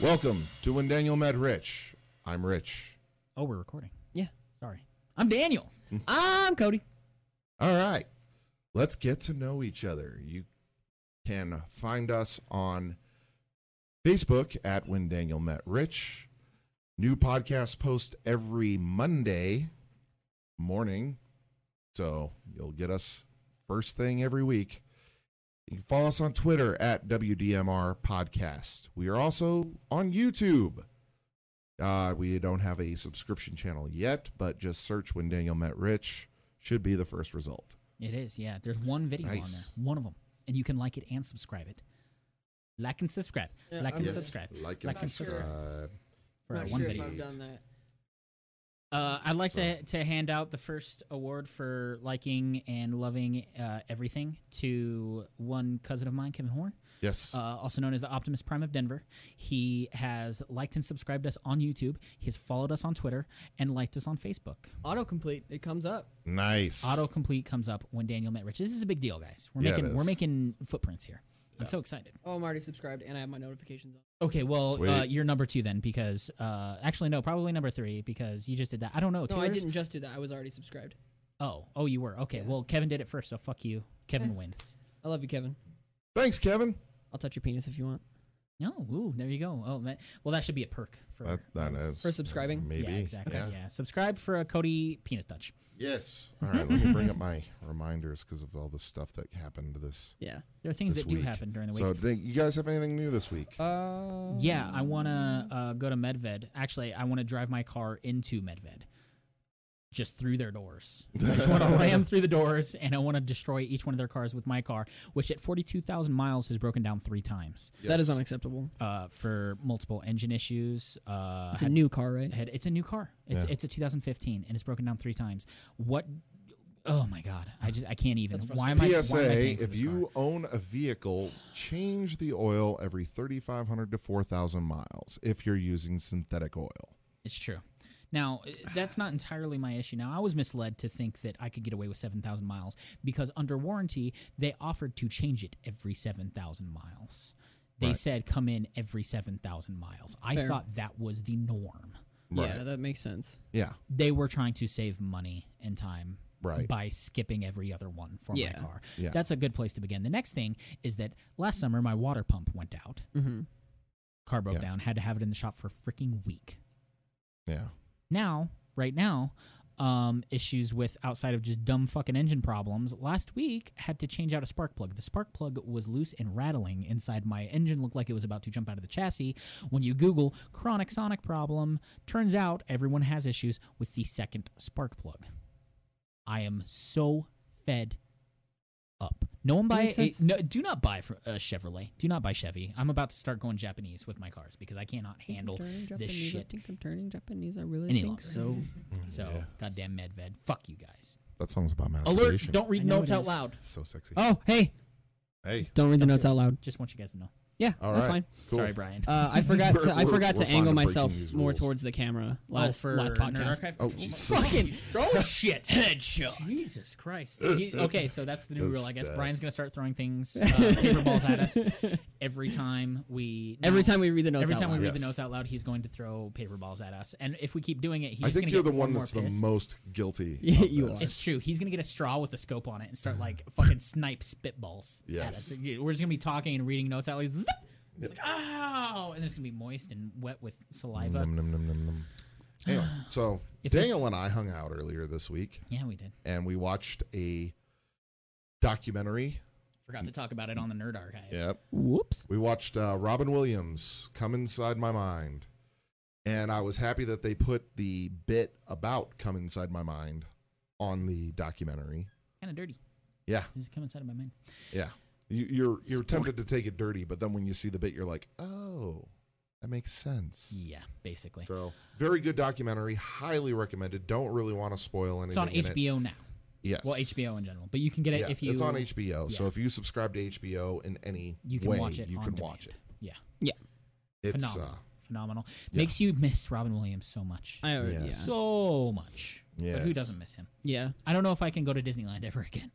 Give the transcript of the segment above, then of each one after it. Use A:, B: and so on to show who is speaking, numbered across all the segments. A: Welcome to When Daniel Met Rich. I'm Rich.
B: Oh, we're recording.
C: Yeah.
B: Sorry. I'm Daniel.
C: I'm Cody.
A: All right. Let's get to know each other. You can find us on Facebook at When Daniel Met Rich. New podcast post every Monday morning. So you'll get us first thing every week. You can follow us on Twitter at WDMR Podcast. We are also on YouTube. Uh, we don't have a subscription channel yet, but just search When Daniel Met Rich should be the first result.
B: It is. Yeah. There's one video on there.
A: Nice.
B: One of them, and you can like it and subscribe it. Like and subscribe. like and
A: Yes,
B: subscribe.
A: Like and
B: Like and subscribe.
A: subscribe.
B: For
C: Not
B: our
C: sure
B: one
C: if
B: video.
C: I've done that.
B: Uh, I'd like to to hand out the first award for liking and loving uh, everything to one cousin of mine, Kevin Horn.
A: Yes.
B: uh, also known as the Optimus Prime of Denver. He has liked and subscribed us on YouTube. He's followed us on Twitter and liked us on Facebook.
C: Autocomplete. It comes up.
A: nice.
B: Autocomplete comes up when Daniel met Rich. This is a big deal, guys. We're
A: Yeah, it
B: making we're
A: is.
B: making footprints here. I'm so excited.
C: Oh, I'm already subscribed and I have my notifications on.
B: Okay, well, uh,
A: Sweet.
B: you're number two then, because uh, actually no, probably number three because you just did that. I don't know.
C: No, I
B: Taylor's-
C: didn't just do that. I was already subscribed.
B: Oh, oh, you were. Okay,
C: Yeah. Eh.
B: well, Kevin did it first, so fuck you. Kevin wins.
C: I love you, Kevin.
A: Thanks, Kevin.
C: I'll touch your penis if you want.
B: No, ooh, there you go. Oh, that, well, that should be a perk for
A: That, that is. uh,
C: For subscribing?
A: Maybe.
B: Yeah, exactly.
A: Yeah.
B: Yeah. subscribe for a Cody penis touch.
A: Yes. All right. Let me bring up my reminders because of all the stuff that happened this.
C: Yeah.
B: There are things
A: This
B: that do
A: week.
B: happen during the week.
A: So, do you guys have anything new this week?
C: Uh,
B: yeah, I want to uh, go to Medved. Actually, I want to drive my car into Medved, just through their doors. I just want to ram through the doors, and I want to destroy each one of their cars with my car, which at forty-two thousand miles has broken down three times
C: That is unacceptable.
B: uh, for multiple engine issues. Uh,
C: It's a
B: had-
C: new car, right?
B: had- it's a new car. It's
A: Yeah.
B: it's a 2015, and it's broken down three times. What? Oh my god! I just I can't even. Why am I?
A: PSA:
B: why am I paying for
A: If
B: this
A: you
B: car?
A: own a vehicle, change the oil every 3,500 to 4,000 miles if you're using synthetic oil.
B: It's true. Now, uh, that's not entirely my issue. Now, I was misled to think that I could get away with 7,000 miles because under warranty, they offered to change it every 7,000 miles. They
A: Right.
B: said come in every 7,000 miles. I
C: Fair.
B: thought that was the norm.
C: Yeah, that makes sense.
A: Yeah.
B: They were trying to save money and time
A: Right.
B: by skipping every other one for
C: Yeah.
B: my car.
A: Yeah.
B: That's a good place to begin. The next thing is that last summer, my water pump went out.
C: Mm-hmm.
B: Car broke
A: Yeah.
B: down, had to have it in the shop for a freaking week.
A: Yeah.
B: now, right now, um, issues with outside of just dumb fucking engine problems. Last week, had to change out a spark plug. The spark plug was loose and rattling inside my engine. Looked like it was about to jump out of the chassis. When you Google chronic sonic problem, turns out everyone has issues with the second spark plug. I am so fed up. No one buy
C: makes
B: a,
C: sense.
B: no, do not buy fr- uh, Chevrolet. Do not buy Chevy. I'm about to start going Japanese with my cars because I cannot handle this
C: I
B: shit
C: think I'm turning Japanese. I really
B: Any
C: think
B: longer.
C: so.
B: so
A: Mm, Yeah.
B: goddamn Medved, fuck you guys.
A: That song's about
B: Alert!
A: masturbation.
B: Don't read
C: I know
B: notes
C: it
B: out
C: is.
B: loud.
A: It's so sexy.
B: Oh hey,
A: Hey.
C: Don't read
B: Don't
C: the
B: do
C: notes
B: it.
C: out loud.
B: just want you guys to know.
C: Yeah,
A: All
C: that's
A: right.
C: fine.
A: Cool.
B: Sorry, Brian.
C: Uh, I forgot
A: We're-
C: to I
A: we're-
C: forgot
A: we're
C: to
A: fond
C: angle
A: of breaking
C: myself
A: these
C: more
A: rules.
C: towards the camera
B: oh,
C: last
B: for
C: last
B: Nerd
C: podcast.
B: Archive?
A: Oh, Jesus.
B: Fucking oh shit! Headshot. Jesus Christ. He- okay, so that's the new
A: That's
B: rule. I guess
A: that.
B: Brian's gonna start throwing things, uh, paper balls at us every time we.
C: Every
B: no,
C: time we read the notes
B: Every
C: out
B: time we
C: loud.
B: read the
A: Yes.
B: notes out loud, he's going to throw paper balls at us, and if we keep doing it, he's
A: I think
B: gonna
A: you're the
B: get
A: one
B: more
A: that's the
B: pissed.
A: most guilty.
C: Yeah,
A: of
C: you
A: this.
C: are.
B: It's true. He's gonna get a straw with a scope on it and start like fucking snipe spitballs. at
A: Yes.
B: us. We're just gonna be talking and reading notes out like, zip, like, oh, and it's gonna be moist and wet with saliva.
A: Nom, nom, nom, nom, nom. Anyway, so
B: If this-
A: Daniel and I hung out earlier this week,
B: Yeah, we did.
A: and we watched a documentary.
B: Forgot to talk about it on the Nerd Archive.
A: Yep.
C: Whoops.
A: We watched uh, Robin Williams come inside my mind, and I was happy that they put the bit about come inside my mind on the documentary.
B: Kind of dirty.
A: Yeah,
B: It's coming inside of my mind.
A: yeah. You, you're you're tempted to take it dirty, but then when you see the bit, you're like, oh, that makes sense.
B: Yeah, basically.
A: So very good documentary, highly recommended. Don't really want to spoil anything.
B: it's on
A: in it.
B: HBO now.
A: Yes.
B: Well, HBO in general, but you can get it
A: Yeah,
B: if you.
A: it's on HBO. So
B: yeah.
A: if you subscribe to HBO in any
B: You can
A: way,
B: watch it.
A: you
B: on
A: can
B: demand.
A: watch it.
B: Yeah,
A: It's
B: Phenomenal.
A: uh,
B: phenomenal.
A: Yeah.
B: Makes you miss Robin Williams so much.
C: I already,
A: Yes.
C: yeah.
B: so much. But who
A: Yes.
B: doesn't miss him?
C: Yeah.
B: I don't know if I can go to Disneyland ever again.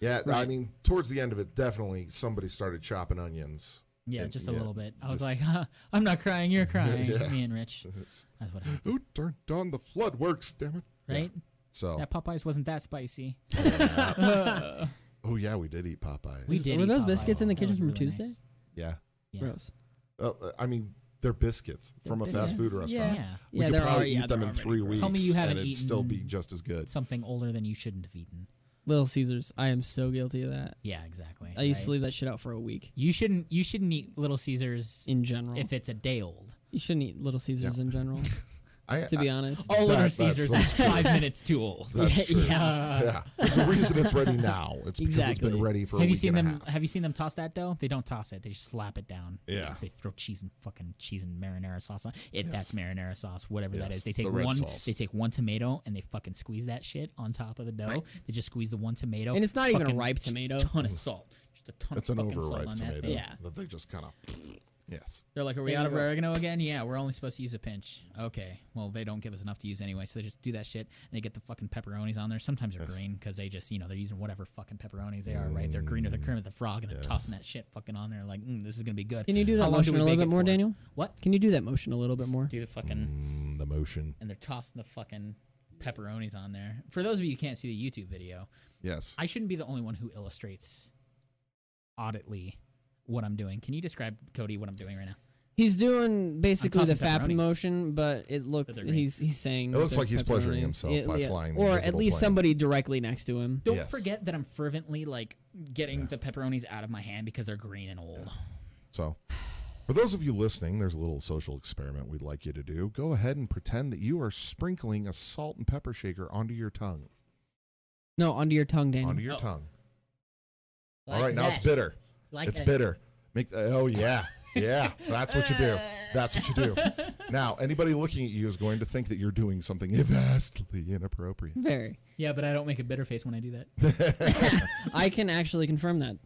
A: yeah. I
C: Right.
A: mean, towards the end of it, definitely somebody started chopping onions
B: Yeah,
A: And-
B: just a
A: yeah,
B: little bit. I was
A: just-
B: like, huh, I'm not crying, you're crying.
A: Yeah.
B: Me and Rich. That's what happened,
A: Who turned on the flood works? Damn it! Yeah. Oh.
B: right?
A: So,
B: That Popeyes wasn't that spicy.
A: oh yeah, we did eat Popeyes.
B: We did.
C: Were
B: eat
C: those
B: Popeyes.
C: biscuits in the
B: That was
C: kitchen from
B: really nice.
C: Tuesday?
A: yeah,
B: Yeah.
C: Gross.
A: uh, I mean they're biscuits
C: They're
A: from a fast food
C: biscuits.
A: restaurant.
B: Yeah.
A: We
C: yeah,
A: could
C: they're all-
A: probably
C: yeah,
A: eat
C: they're
A: them in
C: already
A: three
C: gross.
A: weeks,
B: Tell me you
A: and
B: haven't
A: it'd still be
B: eaten-
A: just as good.
B: Something older than you shouldn't have eaten.
C: Little Caesars. I am so guilty of that.
B: Yeah, exactly.
C: I used to
B: right?
C: leave that shit out for a week.
B: You shouldn't. You shouldn't eat Little Caesars
C: In general,
B: if it's a day old.
C: you shouldn't eat Little Caesars in general.
A: I,
C: To be honest,
B: All Little
A: that's-
B: Caesars
A: that's
B: is five minutes too old.
A: That's
C: Yeah,
A: true.
B: yeah.
A: Yeah. There's a reason it's ready now. It's because it's
C: Exactly.
A: been ready for a
B: Have you
A: week
B: seen
A: and
B: them?
A: a half.
B: Have you seen them toss that dough? They don't toss it. They just slap it down.
A: Yeah.
B: They throw cheese and fucking cheese and marinara sauce on. If
A: Yes.
B: that's marinara sauce, whatever that
A: Yes,
B: is, they take
A: the red
B: one.
A: sauce.
B: They take one tomato and they fucking squeeze that shit on top of the dough. They just squeeze the one tomato.
C: and it's not even a
B: fucking
C: ripe
B: just
C: tomato.
B: Ton of salt. Just a ton
A: It's
B: of
A: an
B: fucking salt
A: overripe
B: on
A: tomato
B: that
A: that,
B: thing.
C: Yeah.
A: they just kind of. Yes.
B: They're like, are we
C: There
B: out
C: you
B: of
C: go.
B: oregano again? Yeah, we're only supposed to use a pinch. Okay. Well, they don't give us enough to use anyway, so they just do that shit and they get the fucking pepperonis on there. Sometimes they're
A: Yes.
B: green because they just, you know, they're using whatever fucking pepperonis they are, right? They're green or
C: Mm.
B: they're Kermit the Frog and
A: Yes.
B: they're tossing that shit fucking on there. Like, mm, this is gonna be good.
C: Can you do
B: How long
C: that
B: do
C: motion
B: we
C: a little
B: bake
C: bit
B: it
C: more,
B: for?
C: Daniel?
B: What?
C: Can you do that motion a little bit more?
B: Do the fucking
A: Mm, the motion.
B: and they're tossing the fucking pepperonis on there. For those of you who can't see the YouTube video,
A: Yes.
B: I shouldn't be the only one who illustrates auditly what I'm doing. Can you describe Cody what I'm doing right now?
C: He's doing basically the
B: tossing
C: fapping
B: pepperonis.
C: motion, but it looks
B: But they're green.
C: he's he's saying
A: It
C: that
A: looks
C: they're
A: like he's pleasuring
C: pepperonis.
A: himself by flying
C: or
A: these
C: at
A: little
C: least
A: planes.
C: somebody directly next to him.
B: Don't
A: Yes.
B: forget that I'm fervently like getting
A: Yeah.
B: the pepperonis out of my hand because they're green and old.
A: So, for those of you listening, there's a little social experiment we'd like you to do. Go ahead and pretend that you are sprinkling a salt and pepper shaker onto your tongue.
C: No, onto your tongue, Daniel.
A: Onto your
B: Oh.
A: tongue. All right, now it's bitter.
B: Like
A: it's bitter. Make oh yeah, yeah. That's what you do. That's what you do. Now, anybody looking at you is going to think that you're doing something vastly inappropriate.
C: Very.
B: Yeah, but I don't make a bitter face when I do that.
C: I can actually confirm that.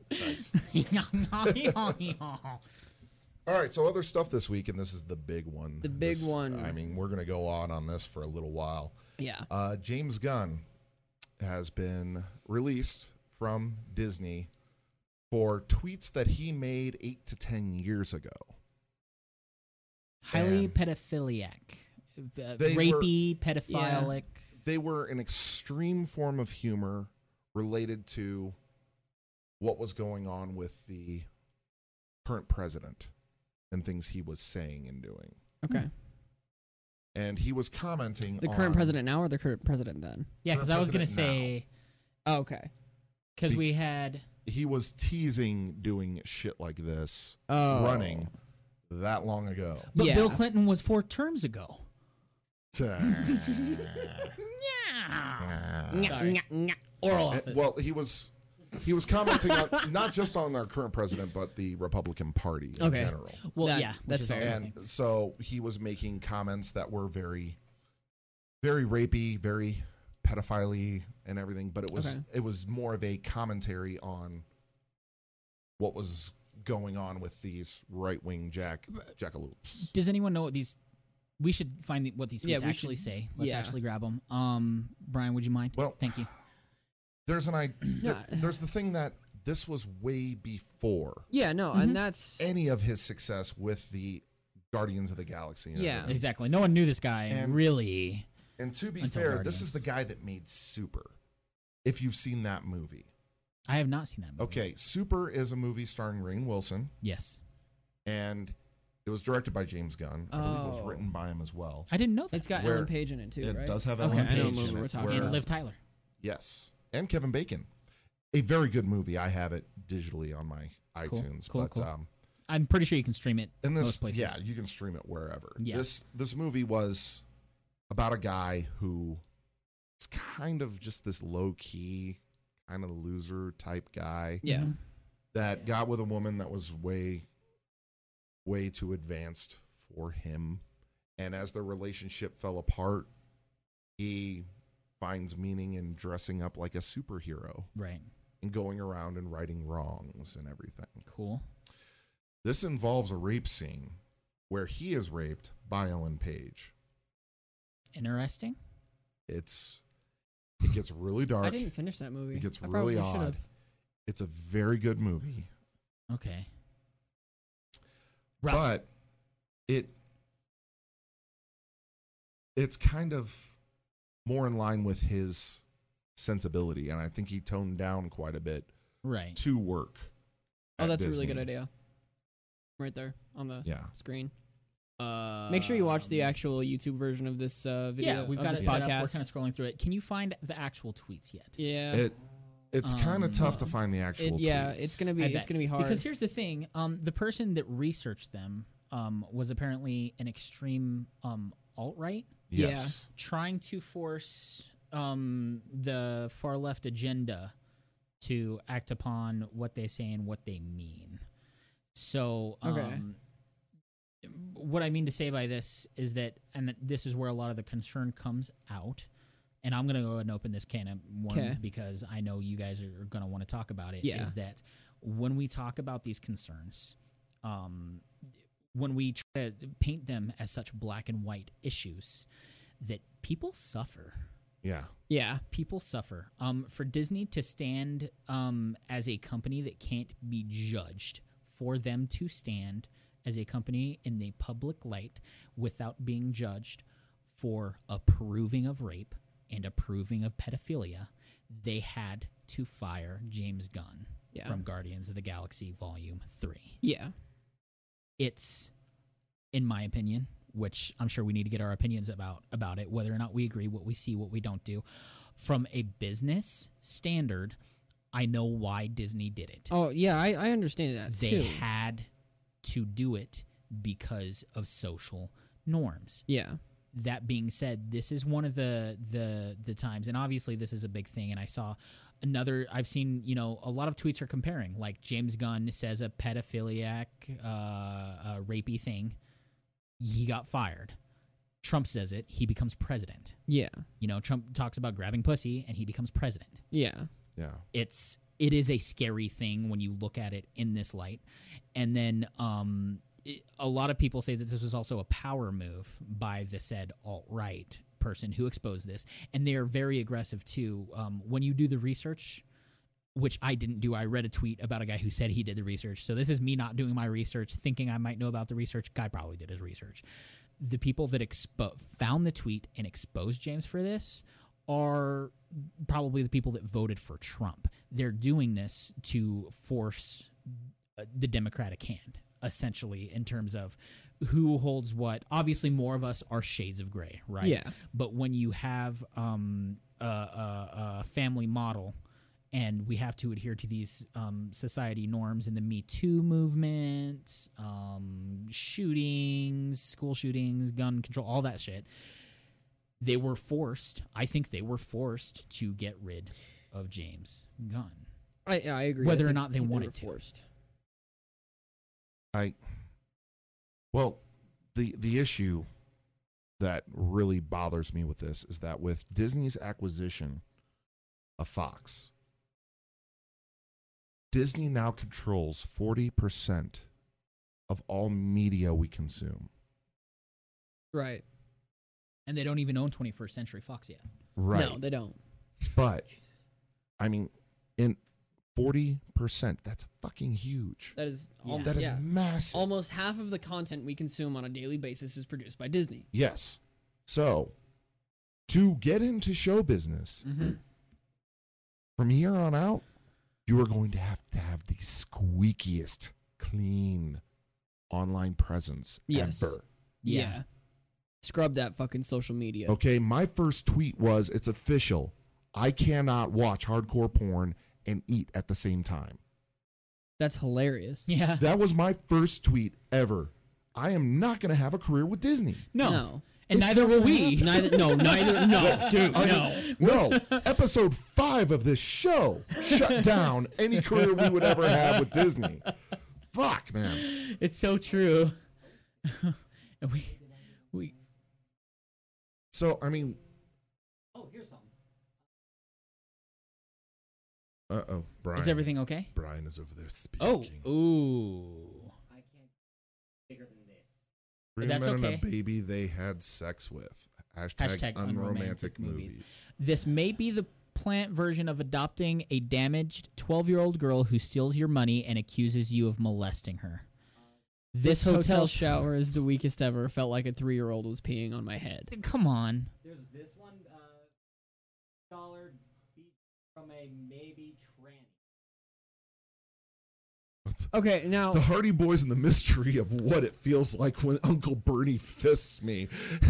A: All right, so other stuff this week, and this is the big one.
C: The big
A: This-
C: one.
A: I mean, we're gonna go on on this for a little while.
C: Yeah.
A: Uh, James Gunn has been released from Disney for tweets that he made eight to ten years ago.
B: Highly
A: And-
B: pedophiliac, uh,
A: They were-
B: rapey, pedophilic.
A: they were an extreme form of humor related to what was going on with the current president and things he was saying and doing.
C: Okay.
A: And he was commenting
C: The
A: on-
C: current president now or the current president then?
B: Yeah, because I was gonna
A: President now.
B: say
C: Oh, okay.
B: because
A: Be-
B: we had
A: He was teasing doing shit like this
C: Oh.
A: running that long ago.
B: But
C: Yeah.
B: Bill Clinton was four terms ago.
A: Yeah.
B: Sorry. Oral
A: Uh,
B: office.
A: Well, he was he was commenting on not just on our current president, but the Republican Party in
C: Okay.
A: general.
B: Well,
C: That-
B: yeah, which
C: that's
B: is
C: fair.
B: also a
A: And
B: thing.
A: so he was making comments that were very, very rapey, very pedophile and everything. But it was
C: Okay.
A: it was more of a commentary on what was going on with these right wing jack jackaloops.
B: Does anyone know what these? We should find the, what these tweets
C: Yeah, we
B: actually
C: should-
B: say. Let's
C: yeah.
B: actually grab them. Um, Brian, would you mind?
A: Well-
B: thank you.
A: There's an I. there-
C: Yeah.
A: there's the thing that this was way before
C: Yeah, no,
A: Mm-hmm.
C: and that's
A: any of his success with the Guardians of the Galaxy. and
C: Yeah.
A: everything.
B: Exactly. No one knew this guy
A: uh, And-
B: really.
A: And to be
B: Until
A: fair, this is
B: Guardians.
A: the guy that made Super. If you've seen that movie.
B: I have not seen that movie.
A: Okay, Super is a movie starring Rain Wilson,
B: Yes,
A: and it was directed by James Gunn. I believe it was
C: Oh.
A: written by him as well.
B: I didn't know that.
C: it's got
A: Where-
C: Ellen Page in it too,
A: it
C: right?
A: does have
B: Okay,
A: Ellen
B: I know
A: Page
B: what
A: in
C: we're
A: it,
C: talking
A: where-
B: and
C: about.
B: Liv Tyler.
A: Yes, and Kevin Bacon. A very good movie. I have it digitally on my iTunes,
B: cool,
A: but
B: cool.
A: um,
B: I'm pretty sure you can stream it
A: and this
B: most places.
A: yeah, you can stream it wherever.
B: Yeah.
A: This this movie was about a guy who is kind of just this low key, kind of loser type guy.
C: yeah.
B: Mhm.
A: that
B: Yeah.
A: got with a woman that was way way too advanced for him and as their relationship fell apart he finds meaning in dressing up like a superhero
B: Right.
A: and going around and righting wrongs and everything
B: Cool.
A: this involves a rape scene where he is raped by ellen page
B: Interesting.
A: it's it gets really
C: I
A: dark
C: didn't finish that movie.
A: it gets
C: I
A: really
C: probably should've.
A: odd it's a very good movie
B: Okay. Right.
A: but it it's kind of more in line with his sensibility and i think he toned down quite a bit
B: Right.
A: to work
C: Oh,
A: at
C: that's a really good
A: Disney.
C: idea. Right there on the
A: yeah
C: screen.
B: Uh,
C: Make sure you watch the actual YouTube version of this uh, video.
B: Yeah, we've
C: of
B: got it
C: this
B: set up.
C: podcast.
B: We're kind of scrolling through it. Can you find the actual tweets yet?
C: yeah,
A: it it's kind
B: Um,
A: of tough to find the actual
C: It- yeah,
A: tweets.
C: it's gonna be
B: I
C: it's
B: bet.
C: gonna be hard.
B: Because here's the thing: um, the person that researched them um, was apparently an extreme um, alt right,
C: yeah.
A: yes
B: trying to force um, the far left agenda to act upon what they say and what they mean. So, um,
C: Okay.
B: what I mean to say by this is that, and this is where a lot of the concern comes out. And I'm gonna go ahead and open this can of worms
C: 'Kay.
B: because I know you guys are gonna want to talk about it. Is
C: Yeah.
B: that when we talk about these concerns, um, when we try to paint them as such black and white issues, that people suffer
A: yeah
C: yeah,
B: people suffer. Um, for Disney to stand um, as a company that can't be judged, for them to stand as a company in the public light without being judged for approving of rape and approving of pedophilia, they had to fire James Gunn
C: Yeah.
B: from Guardians of the Galaxy Volume 3
C: yeah,
B: it's in my opinion which i'm sure we need to get our opinions about about it whether or not we agree what we see what we don't do from a business standard i know why disney did it
C: oh yeah, I, I understand that
B: they
C: too.
B: had to do it because of social norms
C: yeah,
B: that being said, this is one of the the the times, and obviously this is a big thing. And I saw another. I've seen you know a lot of tweets are comparing. Like James Gunn says a pedophiliac, uh, uh rapey thing. He got fired. Trump says it. He becomes president.
C: yeah,
B: You know, Trump talks about grabbing pussy, and he becomes president
C: yeah,
A: yeah
B: it's it is a scary thing when you look at it in this light and then um it, a lot of people say that this was also a power move by the said alt-right person who exposed this and they are very aggressive too um, when you do the research which i didn't do i read a tweet about a guy who said he did the research so this is me not doing my research thinking i might know about the research guy probably did his research the people that expo- found the tweet and exposed james for this are probably the people that voted for Trump. They're doing this to force uh, the Democratic hand, essentially, in terms of who holds what. Obviously, more of us are shades of gray, right?
C: yeah,
B: But when you have um, a, a, a family model and we have to adhere to these um, society norms in the Me Too movement, um, shootings, school shootings, gun control, all that shit, they were forced, I think they were forced to get rid of James Gunn.
C: I I agree. I
B: Whether or
C: think-
B: not they
C: I think
B: wanted
C: were
B: to.
C: forced.
A: I well, the the issue that really bothers me with this is that with Disney's acquisition of Fox, Disney now controls 40% of all media we consume.
C: right?
B: And they don't even own 21st Century Fox yet.
A: Right.
C: No, they don't.
A: But I mean, in 40%, that's fucking huge.
C: That is
B: Yeah.
C: al-
A: That is
C: yeah.
A: massive.
C: almost half of the content we consume on a daily basis is produced by Disney.
A: Yes. So, to get into show business, from here on out, you are going to have to have the squeakiest, clean online presence
C: Yes.
A: ever.
C: Scrub that fucking social media.
A: Okay. My first tweet was it's official. I cannot watch hardcore porn and eat at the same time.
C: That's hilarious.
B: Yeah.
A: That was my first tweet ever. I am not going to have a career with Disney.
B: No.
C: No.
A: It's
B: And neither
A: not
B: will we.
C: Neither. No. Neither. No, dude. No.
A: No, episode five of this show shut down any career we would ever have with Disney. Fuck, man.
B: It's so true. and we, we.
A: So, I mean,
B: Oh, here's something.
A: uh oh, Brian.
B: Is everything okay?
A: Brian is over there
B: Oh,
A: speaking.
B: ooh. that's
A: Women and
B: okay.
A: a baby they had sex with. Hashtag,
B: Hashtag
A: unromantic,
B: unromantic
A: movies.
B: movies. This may be the plant version of adopting a damaged 12 year old girl who steals your money and accuses you of molesting her. This, hotel. sh-
C: shower is the weakest ever. Felt like a three year old was peeing on my head.
B: Come on.
D: There's this one, uh, dollar beat from a maybe tranny.
C: Okay, now
A: The Hardy Boys and the mystery of what it feels like when Uncle Bernie fists me.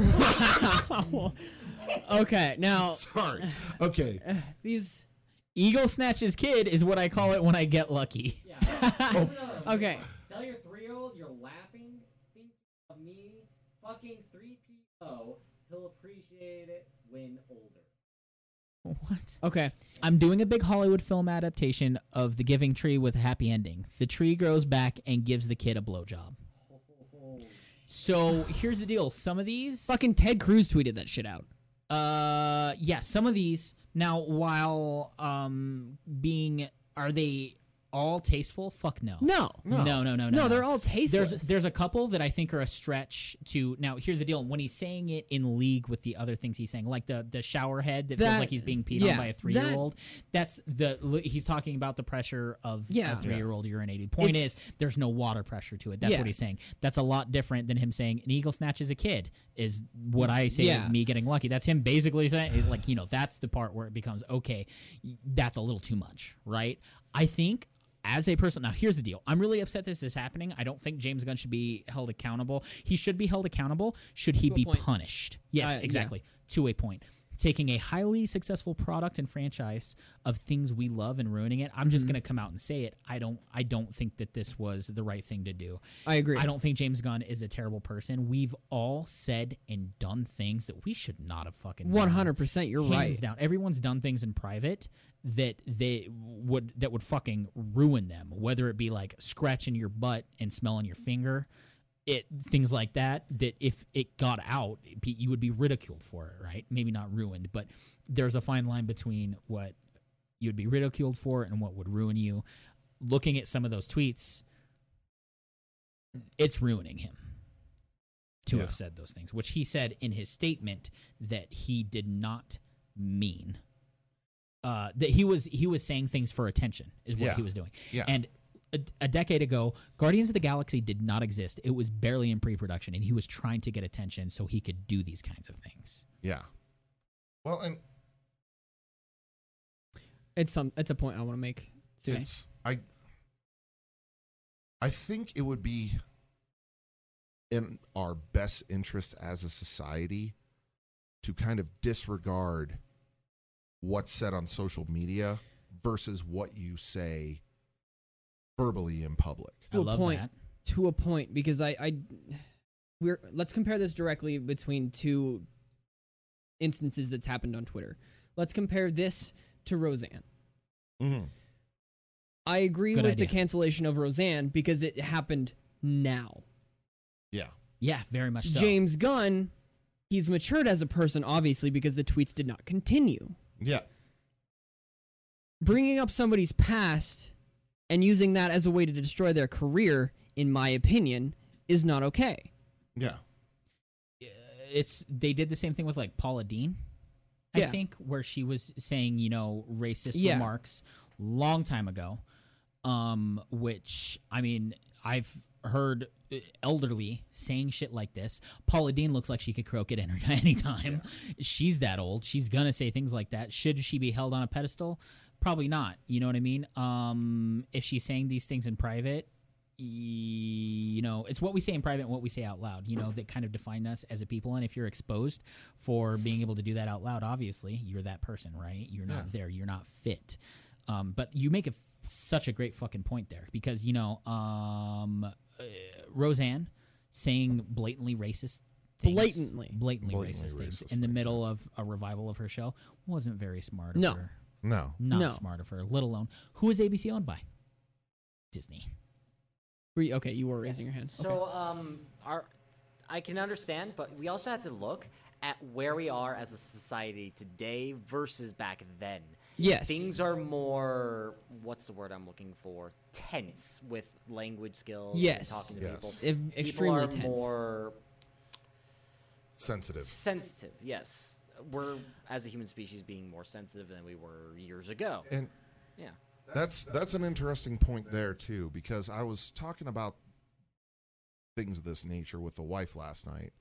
C: okay,
B: Oh.
C: now
A: Sorry. Okay.
C: these
B: Eagle snatches kid is what I call it when I get lucky.
D: Yeah. that's
A: Oh.
D: another one.
C: Okay.
D: Tell your three year old you're laughing, think of me, fucking 3PO. He'll appreciate it when older.
B: What?
C: okay.
B: I'm doing a big Hollywood film adaptation of The Giving Tree with a happy ending. The tree grows back and gives the kid a blowjob. So here's the deal. Some of these,
C: Fucking Ted Cruz tweeted that shit out.
B: uh, yeah, some of these. Now, while um, being, are they all tasteful? Fuck no.
C: No.
B: no, no, no, no.
C: No, they're all tasteless.
B: There's there's a couple that I think are a stretch to. Now, here's the deal. When he's saying it in league with the other things he's saying, like the the shower head that, feels
C: That-
B: like he's being peed on
C: yeah,
B: by a three year old. That's the li- he's talking about the pressure of
C: Yeah.
B: a
C: Yeah.
B: three year old urinating. Point
C: It's-
B: is, there's no water pressure to it. That's
C: Yeah.
B: what he's saying. That's a lot different than him saying an eagle snatches a kid. Is what I say.
C: Yeah.
B: Yeah. Me getting lucky. That's him basically saying like you know that's the part where it becomes okay. y- That's a little too much, right? I think as a person now here's the deal i'm really upset this is happening i don't think james gunn should be held accountable he should be held accountable should he
C: a
B: be
C: point.
B: punished yes
C: I- yeah.
B: exactly to a point taking a highly successful product and franchise of things we love and ruining it i'm just
C: Mm-hmm.
B: going to come out and say it i don't i don't think that this was the right thing to do
C: I agree.
B: I don't think James Gunn is a terrible person. We've all said and done things that we should not have fucking
C: One
B: done
C: hundred percent. You're
B: hands
C: right.
B: down. Everyone's done things in private that they would that would fucking ruin them. Whether it be like scratching your butt and smelling your finger, it things like that. That if it got out, it'd be, you would be ridiculed for it, right? Maybe not ruined, but there's a fine line between what you'd be ridiculed for and what would ruin you. Looking at some of those tweets, it's ruining him to
A: Yeah.
B: have said those things, which he said in his statement that he did not mean. Uh, that he was he was saying things for attention is what
A: Yeah.
B: he was doing.
A: Yeah.
B: And a, a decade ago, Guardians of the Galaxy did not exist. It was barely in pre-production, and he was trying to get attention so he could do these kinds of things.
A: Yeah. Well, and
C: It's some. It's a point I want to make. Soon.
A: It's I I think it would be in our best interest as a society to kind of disregard what's said on social media versus what you say verbally in public.
C: To
B: I
C: a
B: love
C: point.
B: that.
C: to a point because I, I we're let's compare this directly between two instances that's happened on Twitter. Let's compare this to Roseanne.
A: Mm-hmm.
C: I agree
B: Good
C: with
B: idea.
C: the cancellation of Roseanne because it happened now.
A: Yeah.
B: Yeah, very much so.
C: James Gunn, he's matured as a person obviously because the tweets did not continue.
A: Yeah.
C: Bringing up somebody's past and using that as a way to destroy their career in my opinion is not okay.
A: Yeah.
B: uh, it's they did the same thing with like Paula Dean, I
C: Yeah.
B: think, where she was saying you know racist
C: Yeah.
B: remarks long time ago. Um, which I mean, I've heard uh, elderly saying shit like this. Paula Dean looks like she could croak at any- any time. She's that old. She's gonna say things like that. Should she be held on a pedestal? Probably not. You know what I mean? Um, if she's saying these things in private, you know, it's what we say in private and what we say out loud, you know, that kind of define us as a people. And if you're exposed for being able to do that out loud, obviously you're that person, right? You're not there. You're not fit. Um, but you make a f- such a great fucking point there because, you know, um, uh, Roseanne saying blatantly racist things,
C: Blatantly.
B: blatantly,
A: Blatantly
B: racist things
A: racist
B: in the
A: things,
B: middle of a revival of her show wasn't very smart. Of
C: No.
B: her.
A: No.
B: Not
C: No.
B: smart of her, let alone who is ABC owned by? Disney.
C: Were you- Okay, you were raising your hand.
D: Okay.
C: Okay.
E: So, um, our, I can understand, but we also have to look at where we are as a society today versus back then.
C: Yes.
E: Things are more, what's the word I'm looking for? Tense with language skills. and
C: Yes.
E: Talking to
A: Yes.
E: people.
C: Ev-
E: people
C: extremely
E: are
C: tense.
E: more
A: Sensitive.
E: sensitive. Yes. We're, as a human species, being more sensitive than we were years ago.
A: And
E: Yeah.
A: That's that's an interesting point there too, because I was talking about things of this nature with the wife last night,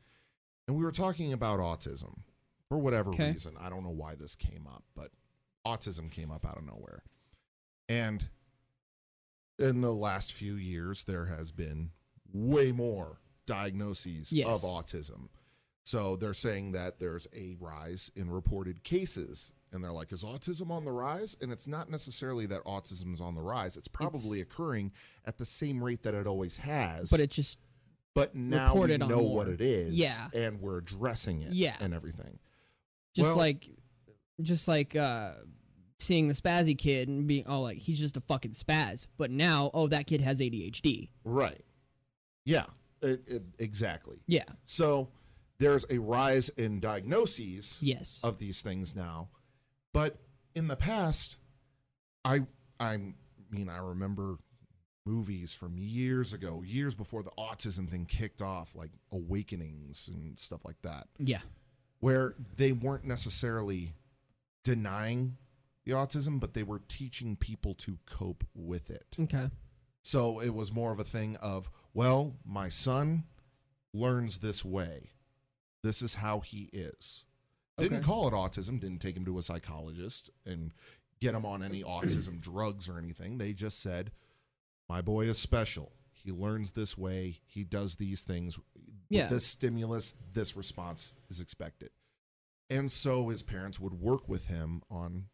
A: and we were talking about autism for whatever
C: Okay.
A: reason. I don't know why this came up, but autism came up out of nowhere. And in the last few years, there has been way more diagnoses
C: Yes.
A: of autism. So they're saying that there's a rise in reported cases. And they're like, is autism on the rise? And it's not necessarily that autism is on the rise. It's probably occurring at the same rate that it always has.
C: But it just
A: but now we
C: reported on
A: know
C: more.
A: what it is.
C: Yeah.
A: And we're addressing it
C: Yeah.
A: and everything.
C: just
A: Well-
C: like just like uh seeing the spazzy kid and being oh like he's just a fucking spaz but now oh that kid has adhd
A: Right. Yeah. It, it, exactly.
C: yeah
A: So there's a rise in diagnoses
C: yes
A: of these things now. But in the past, I I mean I remember movies from years ago, years before the autism thing kicked off, like Awakenings and stuff like that,
B: Yeah.
A: where they weren't necessarily denying the autism, but they were teaching people to cope with it.
C: okay
A: So it was more of a thing of, well, my son learns this way. This is how he is. Didn't
C: Okay.
A: call it autism, didn't take him to a psychologist and get him on any autism drugs or anything. They just said, my boy is special. He learns this way. He does these things.
C: Yeah.
A: With this stimulus, this response is expected. And so his parents would work with him on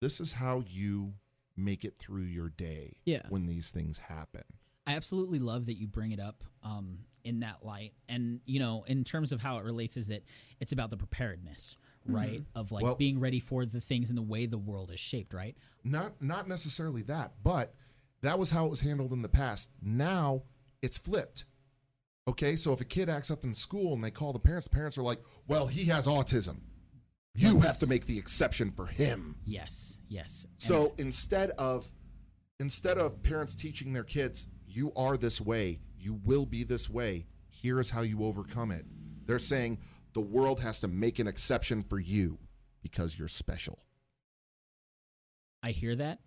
A: this is how you make it through your day
C: Yeah.
A: when these things happen.
B: I absolutely love that you bring it up um, in that light. And, you know, in terms of how it relates, is that it's about the preparedness, right? Of like
A: Mm-hmm. Well-
B: being ready for the things and the way the world is shaped, right?
A: Not not necessarily that, but that was how it was handled in the past. Now it's flipped. Okay, so if a kid acts up in school and they call the parents, the parents are like, "Well, he has autism. You have to make the exception for him."
B: Yes, yes. And
A: So instead of instead of parents teaching their kids, you are this way, you will be this way, here is how you overcome it. They're saying the world has to make an exception for you because you're special.
B: I hear that.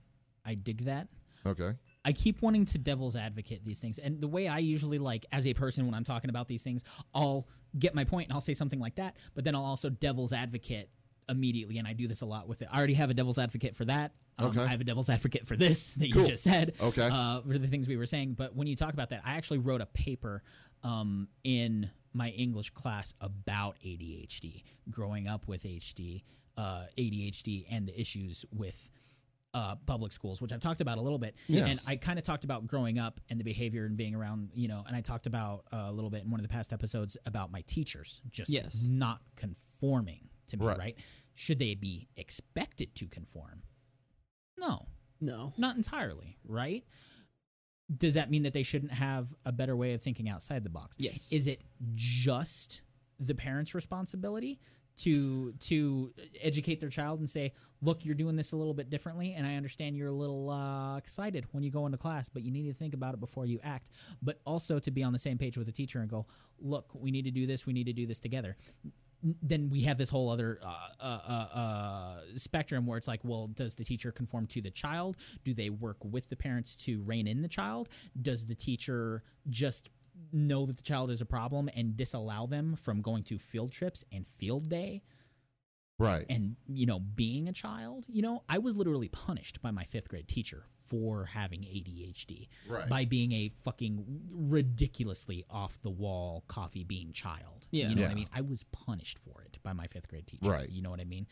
B: I dig that.
A: Okay.
B: I keep wanting to devil's advocate these things. And the way I usually like as a person when I'm talking about these things, I'll get my point and I'll say something like that, but then I'll also devil's advocate immediately and I do this a lot with it. I already have a devil's advocate for that. Um,
A: Okay.
B: I have a devil's advocate for this that
A: Cool.
B: you just said.
A: Okay.
B: Uh, for the things we were saying, but when you talk about that, I actually wrote a paper um, in my English class about ADHD, growing up with HD, uh, ADHD and the issues with uh, public schools, which I've talked about a little bit.
A: Yes.
B: And I kind of talked about growing up and the behavior and being around, you know, and I talked about uh, a little bit in one of the past episodes about my teachers just
C: Yes.
B: not conforming to me,
A: Right.
B: right. Should they be expected to conform? No,
C: no
B: not entirely, right? Does that mean that they shouldn't have a better way of thinking outside the box?
C: Yes.
B: Is it just the parents' responsibility to to educate their child and say, "Look, you're doing this a little bit differently, and I understand you're a little uh, excited when you go into class, but you need to think about it before you act." But also to be on the same page with the teacher and go, "Look, we need to do this. We need to do this together." N- Then we have this whole other uh, uh, uh, uh, spectrum where it's like, well, does the teacher conform to the child? Do they work with the parents to rein in the child? Does the teacher just know that the child is a problem and disallow them from going to field trips and field day
A: Right.
B: and you know being a child you know i was literally punished by my fifth grade teacher for having adhd
A: Right.
B: by being a fucking ridiculously off the wall coffee bean child
C: Yeah.
B: you know what
A: Yeah.
B: i mean i was punished for it by my fifth grade teacher
A: Right.
B: you know what i mean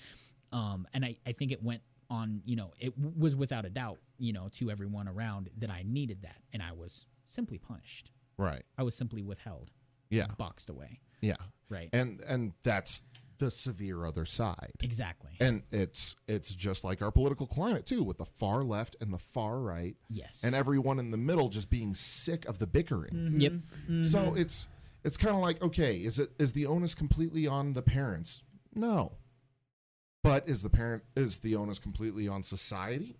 B: um and i i think it went on you know it w- was without a doubt you know to everyone around that i needed that and i was simply punished
A: right.
B: i was simply withheld
A: Yeah.
B: boxed away.
A: Yeah.
B: Right.
A: And and that's the severe other side.
B: exactly.
A: And it's it's just like our political climate too with the far left and the far right
B: yes.
A: and everyone in the middle just being sick of the bickering.
C: yep
A: So it's it's kind of like okay, is it is the onus completely on the parents? No. But is the parent is the onus completely on society?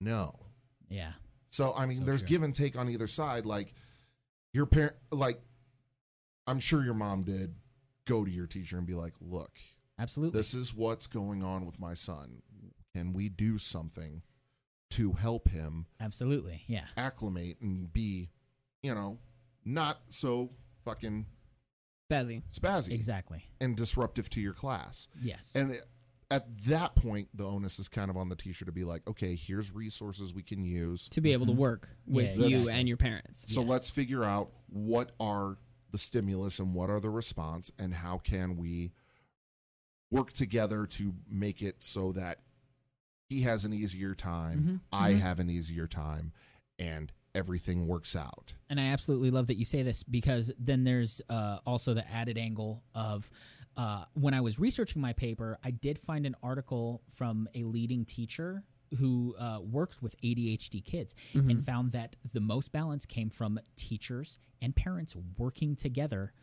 A: No.
B: yeah.
A: So I mean,
B: So
A: there's
B: true.
A: give and take on either side. Like your parent, like I'm sure your mom did go to your teacher and be like, "Look,
B: Absolutely.
A: this is what's going on with my son. Can we do something to help him
B: Absolutely. Yeah.
A: acclimate and be, you know, not so fucking
C: Bazzy.
A: spazzy
B: Exactly.
A: and disruptive to your class.
B: Yes.
A: And it- at that point, the onus is kind of on the teacher to be like, okay, here's resources we can use.
C: To be able to work with
B: Yeah,
C: you
A: exactly.
C: and your parents.
A: So let's figure out what are the stimulus and what are the response and how can we work together to make it so that he has an easier time, I have an easier time, and everything works out.
B: and I absolutely love that you say this because then there's uh, also the added angle of uh, when I was researching my paper, I did find an article from a leading teacher who uh, worked with ADHD kids
A: Mm-hmm.
B: and found that the most balance came from teachers and parents working together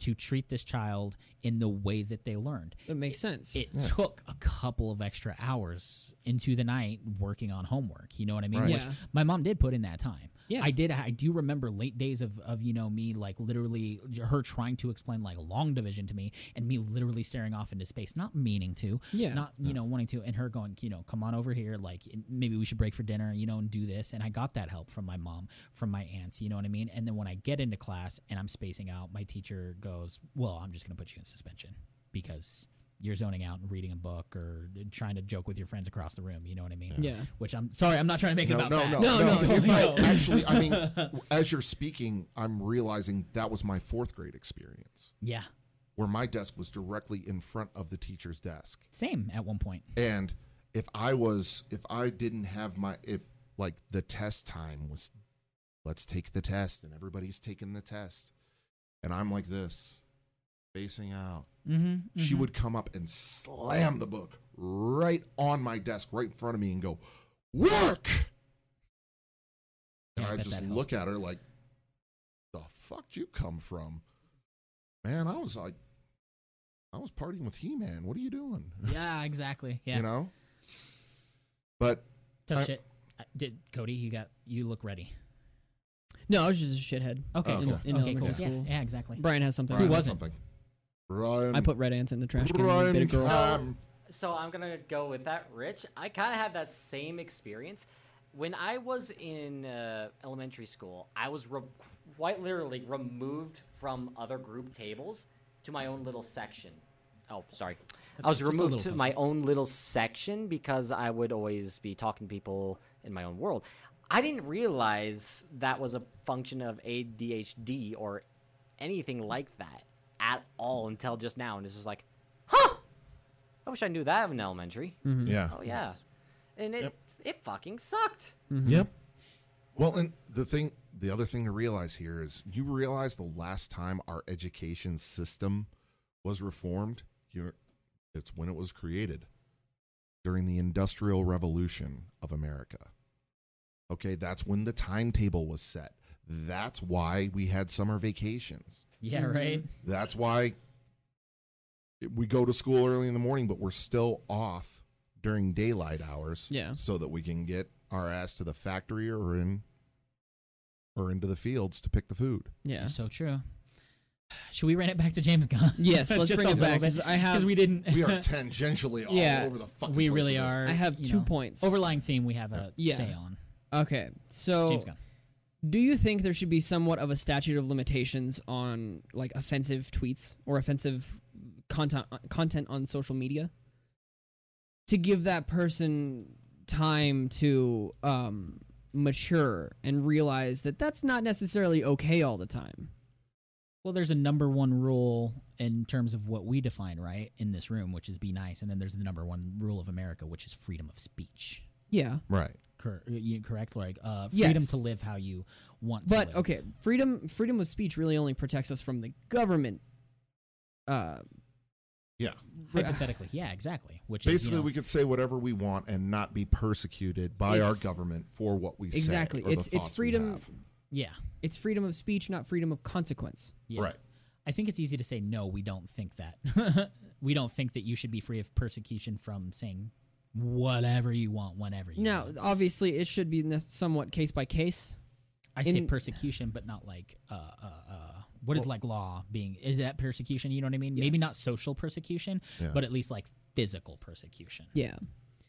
B: to treat this child in the way that they learned.
C: That makes sense.
B: It took a couple of extra hours into the night working on homework. You know what I mean?
A: Right.
B: Which
C: Yeah.
B: my mom did put in that time.
C: Yeah.
B: I did. I do remember late days of, of you know me like literally her trying to explain like long division to me and me literally staring off into space, not meaning to,
C: Yeah.
B: not you know wanting to, and her going you know come on over here like maybe we should break for dinner you know and do this and I got that help from my mom from my aunts you know what I mean and then when I get into class and I'm spacing out my teacher goes well I'm just gonna put you in suspension because you're zoning out and reading a book or trying to joke with your friends across the room you know what I mean
C: Yeah.
B: which I'm sorry I'm not trying to make it
A: No,
B: about
A: no, no,
B: that
C: No, no,
A: You're
B: no.
A: right. Actually, I mean, w- as you're speaking, I'm realizing that was my fourth grade experience
B: yeah
A: where my desk was directly in front of the teacher's desk.
B: same at one point
A: And if I was, if I didn't have my, if like the test time was, let's take the test, and everybody's taking the test, and I'm like this, facing out,
B: mm-hmm,
A: she would come up and slam the book right on my desk, right in front of me, and go, Work! And
B: Yeah, I
A: I
B: bet
A: just
B: that helped.
A: look at her like, The fuck you come from? Man, I was like, I was partying with He Man. What are you doing?
B: yeah exactly yeah
A: You know? But
B: Tough
A: I-
B: shit. I, did Cody? You got you look ready.
C: No, I was just a shithead.
B: Okay,
A: Oh, cool.
C: in, in
B: okay,
C: elementary
B: cool.
C: school.
B: Yeah, yeah, exactly.
C: Brian has something.
A: Brian had
B: wasn't?
A: Something. Brian.
C: I put red ants in the trash can. and
A: Brian
C: bit a girl.
A: Sam.
E: So I'm gonna go with that, Rich. I kind of had that same experience. When I was in uh, elementary school, I was re- quite literally removed from other group tables to my own little section. Oh, sorry. I was
B: just a
E: removed
B: little
E: to my own little section because I would always be talking to people in my own world. I didn't realize that was a function of ADHD or anything like that at all until just now. And it's just like, huh, I wish I knew that in
B: Hmm.
E: elementary.
B: Mm-hmm.
A: Yeah.
E: Oh yeah, and it
A: Yep.
E: it fucking sucked.
A: Yep. Well, and the thing, the other thing to realize here is you realize the last time our education system was reformed, you it's when it was created during the Industrial Revolution of America. Okay, that's when the timetable was set. That's why we had summer vacations.
B: Yeah,
C: Mm-hmm.
B: right.
A: That's why we go to school early in the morning, but we're still off during daylight hours.
C: Yeah.
A: So that we can get our ass to the factory or in or into the fields to pick the food.
C: Yeah.
B: So true. Should we run it back to James Gunn?
C: Yes, let's
B: Just
C: bring
B: a
C: it back,
B: little bit,
C: 'cause I have-
B: we didn't.
A: We are tangentially all
C: Yeah.
A: over the fucking
B: we
A: place
B: really
A: with this.
B: are.
C: I have
B: you
C: two
B: know,
C: points.
B: Overlying theme we have a
C: Yeah. Oh.
B: say on.
C: Okay. So
B: James Gunn.
C: Do you think there should be somewhat of a statute of limitations on like offensive tweets or offensive content content on social media to give that person time to um, mature and realize that that's not necessarily okay all the time?
B: Well, there's a number one rule in terms of what we define, right, in this room, which is be nice, and then there's the number one rule of America, which is freedom of speech.
C: Yeah,
A: Right.
B: Cor- you correct, like uh, freedom
C: Yes.
B: to live how you want. to
C: but
B: live.
C: okay, freedom freedom of speech really only protects us from the government. Uh,
A: Yeah.
B: hypothetically, yeah, exactly. Which is, you
A: Basically
B: know,
A: we could say whatever we want and not be persecuted by our
C: It's-
A: government for what we say.
C: exactly.
A: or the
C: It's it's
A: thoughts we
C: freedom.
A: have.
B: yeah,
C: It's freedom of speech, not freedom of consequence.
B: yeah.
A: Right.
B: I think it's easy to say no, we don't think that. we don't think that you should be free of persecution from saying whatever you want whenever you
C: Now,
B: want.
C: obviously, it should be nes- somewhat case by case.
B: I say
C: in-
B: persecution but not like uh uh uh what is like law being is that persecution, you know what I mean? Maybe not social persecution,
A: Yeah.
B: but at least like physical persecution.
C: Yeah.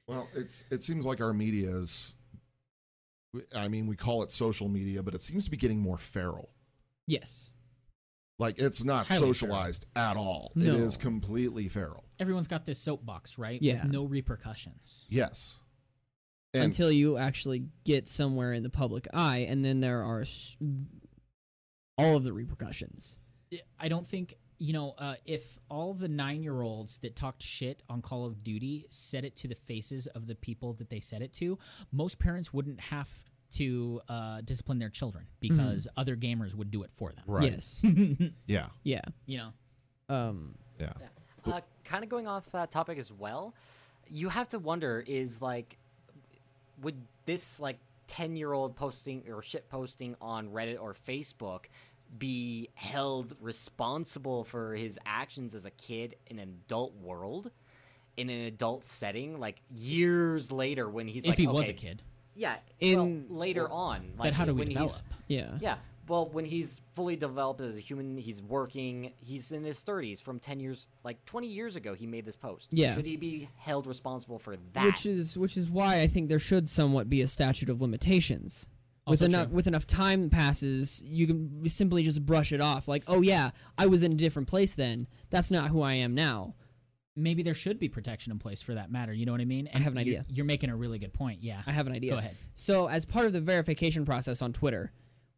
A: Well, it's it seems like our media is. I mean, we call it social media, but it seems to be getting more feral.
C: Yes.
A: Like it's not
B: Highly
A: socialized at all.
C: No.
A: It is completely feral.
B: Everyone's got this soapbox, right?
C: Yeah.
B: With no repercussions.
A: Yes. And
C: Until you actually get somewhere in the public eye, and then there are s- all of the repercussions.
B: I don't think you know uh, if all the nine-year-olds that talked shit on Call of Duty said it to the faces of the people that they said it to, most parents wouldn't have to uh, discipline their children
C: Hmm.
B: because other gamers would do it for them.
A: right.
C: Yes.
A: Yeah.
C: yeah.
B: You know,
C: Um.
A: Yeah.
E: Uh, kind of going off that topic as well, you have to wonder is like, would this like 10 year old posting or shit posting on Reddit or Facebook be held responsible for his actions as a kid in an adult world? In an adult setting, like years later, when he's
B: if
E: like,
B: he was a
E: okay,
B: kid,
E: yeah,
C: In-
E: well, later on, like
B: but how do we
E: when
B: develop?
E: he's
C: Yeah.
E: yeah. Well, when he's fully developed as a human, he's working. He's in his 30s from 10 years, like 20 years ago, he made this post.
C: Yeah.
E: Should he be held responsible for that?
C: Which is which is why I think there should somewhat be a statute of limitations.
B: Also
C: with enough
B: true.
C: with enough time passes, you can simply just brush it off. Like, oh yeah, I was in a different place then. That's not who I am now.
B: Maybe there should be protection in place for that matter. You know what I mean? And
C: have an
B: you're-
C: idea.
B: You're, making a really good point. Yeah.
C: I have an idea.
B: Go ahead.
C: So, as part of the verification process on Twitter,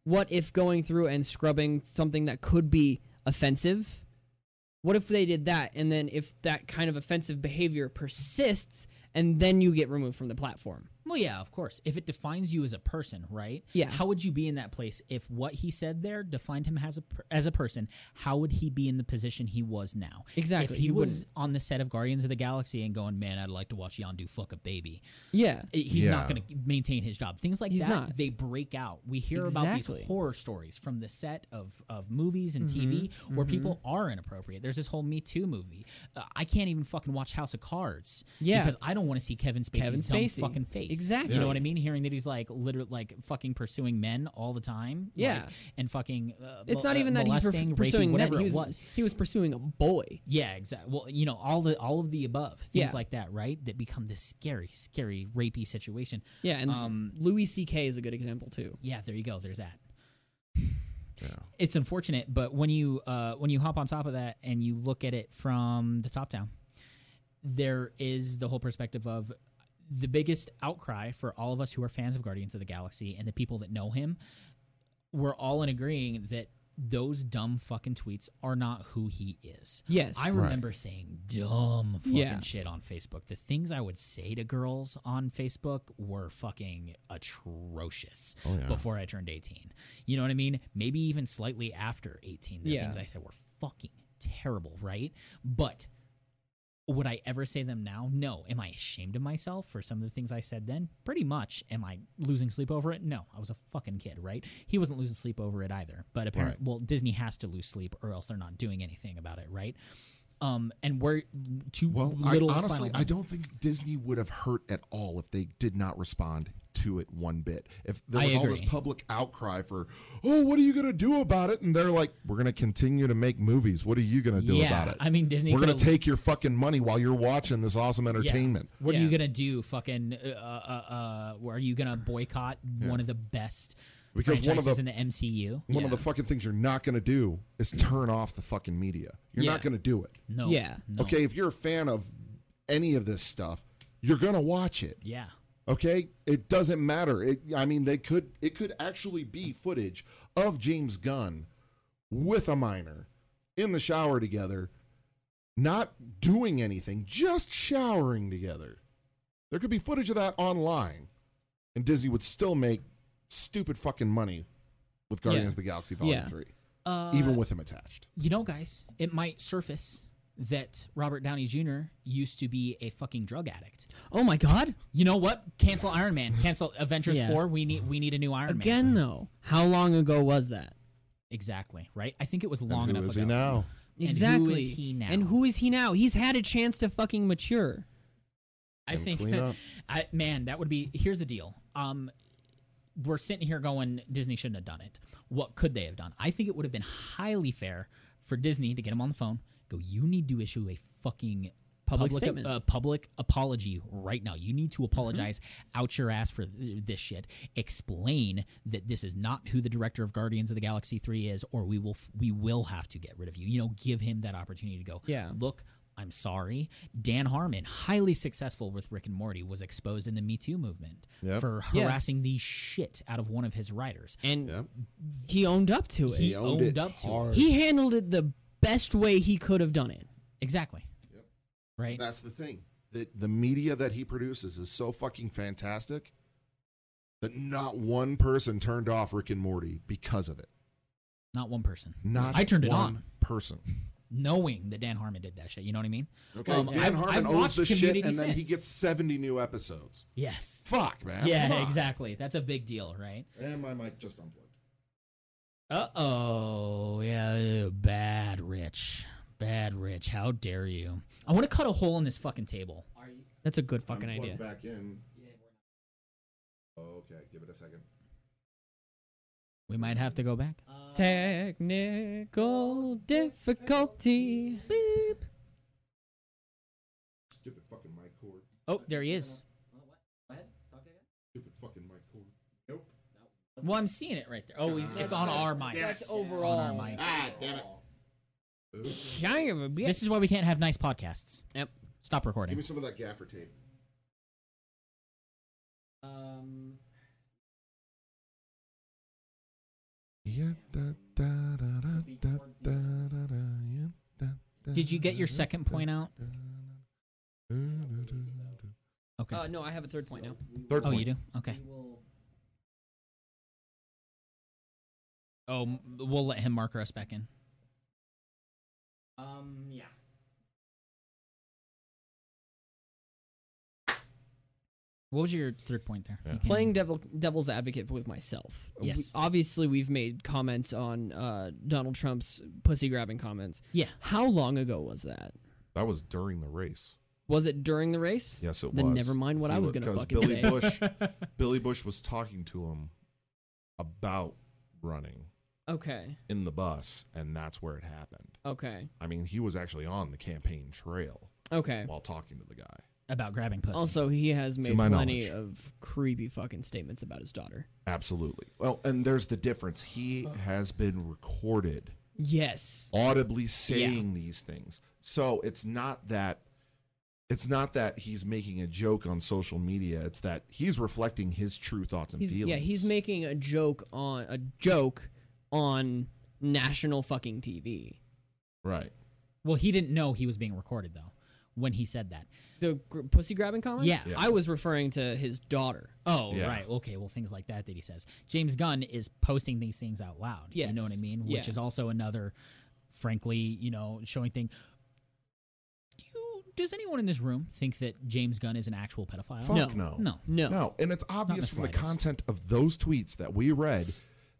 C: what if going through and scrubbing something that could be offensive? What if they did that, and then if that kind of offensive behavior persists, and then you get removed from the platform?
B: Well, yeah, of course. If it defines you as a person, right?
C: Yeah.
B: How would you be in that place if what he said there defined him as a per- as a person? How would he be in the position he was now?
C: Exactly,
B: If he,
C: he
B: was on the set of Guardians of the Galaxy and going, "Man, I'd like to watch Yondu fuck a baby,"
C: Yeah.
B: i- he's
A: Yeah.
B: not going to maintain his job. Things like
C: He's
B: that,
C: not.
B: they break out. We hear about
C: Exactly.
B: these horror stories from the set of of movies and TV
C: Mm-hmm.
B: where people are inappropriate. There's this whole Me Too movie. Uh, I can't even fucking watch House of Cards
C: Yeah.
B: because I don't want to see Kevin Spacey's
C: Kevin
B: dumb
C: Spacey.
B: fucking face.
C: Exactly.
B: You know what I mean? Hearing that he's like literally like fucking pursuing men all the time. like,
C: Yeah.
B: and fucking. Uh,
C: It's
B: mol-
C: not
B: uh,
C: even that he's
B: molesting,
C: per-
B: raping,
C: pursuing that.
B: whatever
C: He
B: it
C: was,
B: was.
C: he was pursuing a boy.
B: Yeah, exactly. Well, you know, all the all of the above things
C: Yeah.
B: like that, right? That become this scary, scary, rapey situation.
C: Yeah, and
B: Um,
C: Louis C.K. is a good example too.
B: Yeah, there you go. There's that.
A: Yeah.
B: It's unfortunate, but when you uh, when you hop on top of that and you look at it from the top down, there is the whole perspective of the biggest outcry for all of us who are fans of Guardians of the Galaxy and the people that know him. We're all in agreeing that those dumb fucking tweets are not who he is.
C: Yes.
B: I remember saying dumb fucking
C: Yeah.
B: shit on Facebook. The things I would say to girls on Facebook were fucking atrocious
A: Oh, yeah.
B: before I turned 18. You know what I mean? Maybe even slightly after 18. The
C: Yeah.
B: things I said were fucking terrible, right? But would I ever say them now? No. Am I ashamed of myself for some of the things I said then? Pretty much. Am I losing sleep over it? No. I was a fucking kid, right? He wasn't losing sleep over it either. But apparently, well, Disney has to lose sleep or else they're not doing anything about it, right? Um, and we're too
A: Well, I,
B: little.
A: honestly,
B: final-
A: I don't think Disney would have hurt at all if they did not respond to it one bit. If there
B: I
A: was all this
B: agree.
A: public outcry for, oh, what are you going to do about it? And they're like, we're going to continue to make movies. What are you going to do
B: yeah,
A: about it?
B: I mean, Disney.
A: we're going
B: could've-
A: to take your fucking money while you're watching this awesome
B: yeah.
A: entertainment.
B: What are you
C: Yeah.
B: gonna do? Fucking. Uh, uh, uh, uh, are you gonna boycott one of the best
A: Because one of
B: franchises
A: the-
B: in the MCU?
A: One of the fucking things you're not going to do is turn off the fucking media. You're not
C: Yeah.
A: going to do it.
B: No.
C: Yeah.
B: No.
A: Okay, if you're a fan of any of this stuff, you're going to watch it.
B: Yeah.
A: Okay, it doesn't matter. It, I mean, they could it could actually be footage of James Gunn with a minor in the shower together, not doing anything, just showering together. There could be footage of that online, and Disney would still make stupid fucking money with Guardians
C: Yeah.
A: of the Galaxy Volume
C: Yeah.
A: Three,
B: Uh,
A: even with him attached.
B: You know, guys, it might surface that Robert Downey Jr. used to be a fucking drug addict.
C: Oh my God!
B: You know what? Cancel Iron Man. Cancel Avengers
C: Yeah.
B: Four. We need we need a new Iron Man.
C: Again, though, how long ago was that?
B: Exactly. Right. I think it was long enough ago. And who is
C: Exactly.
B: he now?
C: And who is he now? He's had a chance to fucking mature.
B: I
A: And
B: think.
A: clean up.
B: I, man, that would be. Here's the deal. Um, we're sitting here going, Disney shouldn't have done it. What could they have done? I think it would have been highly fair for Disney to get him on the phone. Go. You need to issue a fucking
C: Public statement. Mm-hmm.
B: uh, public apology right now. You need to apologize out your ass for th- this shit. Explain that this is not who the director of Guardians of the Galaxy 3 is or we will f- we will have to get rid of you. You know, give him that opportunity to go.
C: Yeah.
B: Look, I'm sorry. Dan Harmon, highly successful with Rick and Morty, was exposed in the Me Too movement
A: Yep.
B: for
C: Yeah.
B: harassing the shit out of one of his writers.
C: and
A: Yeah.
C: he owned up to it.
B: He
C: He,
A: owned
B: owned,
A: it
B: up to
A: hard.
B: it.
C: handled it the best way he could have done it.
B: Exactly.
A: Yep.
B: Right?
A: That's the thing. The, the media that he produces is so fucking fantastic that not one person turned off Rick and Morty because of it.
B: Not one person.
A: Not
B: I turned it
A: one
B: on.
A: person.
B: knowing that Dan Harmon did that shit. You know what I mean?
A: Okay,
B: Um,
A: Dan
B: I've-
A: Harmon
B: I've
A: owns
B: watched
A: the shit,
B: Community
A: and then he
B: since.
A: gets seventy new episodes.
B: Yes.
A: Fuck, man. Come
B: yeah,
A: on.
B: exactly. That's a big deal, right?
A: And my mic just unplugged.
B: Uh oh. Yeah, bad Rich. Bad Rich. How dare you? I want to cut a hole in this fucking table.
D: Are you?
C: That's a good fucking
A: Unplug
C: idea.
A: Back in. Oh,
D: Yeah, we're not.
A: Okay, give it a second.
B: We might have to go back.
D: Uh,
C: Technical difficulty. Beep.
A: Stupid fucking mic cord.
B: Oh, there he is.
D: oh, what? Go ahead. Talk again.
A: Stupid fucking mic cord. Nope.
B: Well, I'm seeing it right there. Oh, he's, it's on our mics.
A: That's
C: overall.
B: On our mics.
A: Ah, damn it. Oops.
C: Giant of a bitch.
B: This is why Uh, we can't have nice podcasts.
C: Yep.
B: Stop
A: Give
B: recording.
A: me some of that gaffer tape.
D: Um,
A: Yeah, da, da, da, da, da, da, da, da, yeah, da, da,
B: Did you get your
A: da,
B: second
A: da,
B: point out?
A: da, da, da, da, da.
B: Okay.
C: Uh, no, I have a third point now.
A: Third
B: Oh,
A: point.
B: you do? Okay.
D: we will.
B: Oh, m- we'll let him marker us back in.
D: Um, yeah.
B: What was your third point there?
A: Yeah.
B: You can-
C: Playing devil, devil's advocate with myself. We-
B: Yes.
C: obviously, we've made comments on uh, Donald Trump's pussy grabbing comments.
B: Yeah.
C: How long ago was that?
A: That was during the race.
C: Was it during the race?
A: Yes, it
C: Then
A: was.
C: never mind what I was gonna
A: because
C: fucking
A: Billy
C: say.
A: Bush, Billy Bush was talking to him about running
C: Okay.
A: in the bus, and that's where it happened.
C: Okay.
A: I mean, he was actually on the campaign trail
C: Okay.
A: while talking to the guy.
B: About grabbing pussy.
C: Also, he has made
A: my
C: plenty
A: knowledge.
C: of creepy fucking statements about his daughter.
A: Absolutely. Well, and there's the difference. He
C: Uh.
A: has been recorded
C: Yes.
A: audibly saying these things. So it's not that it's not that he's making a joke on social media. It's that he's reflecting his true thoughts and
C: He's,
A: feelings.
C: yeah, he's making a joke on a joke on national fucking TV.
A: right.
B: Well, he didn't know he was being recorded though when he said that.
C: The gr- pussy grabbing comments.
B: Yeah.
A: Yeah.
C: I was referring to his daughter.
B: Oh,
A: Yeah.
B: right. Okay. Well, things like that that he says. James Gunn is posting these things out loud. You
C: Yes.
B: know what I mean? Which
C: Yeah.
B: is also another, frankly, you know, showing thing. Do you, does anyone in this room think that James Gunn is an actual pedophile?
A: Fuck no.
B: No.
C: No.
A: No. And it's obvious
B: the
A: from the
B: slightest.
A: content of those tweets that we read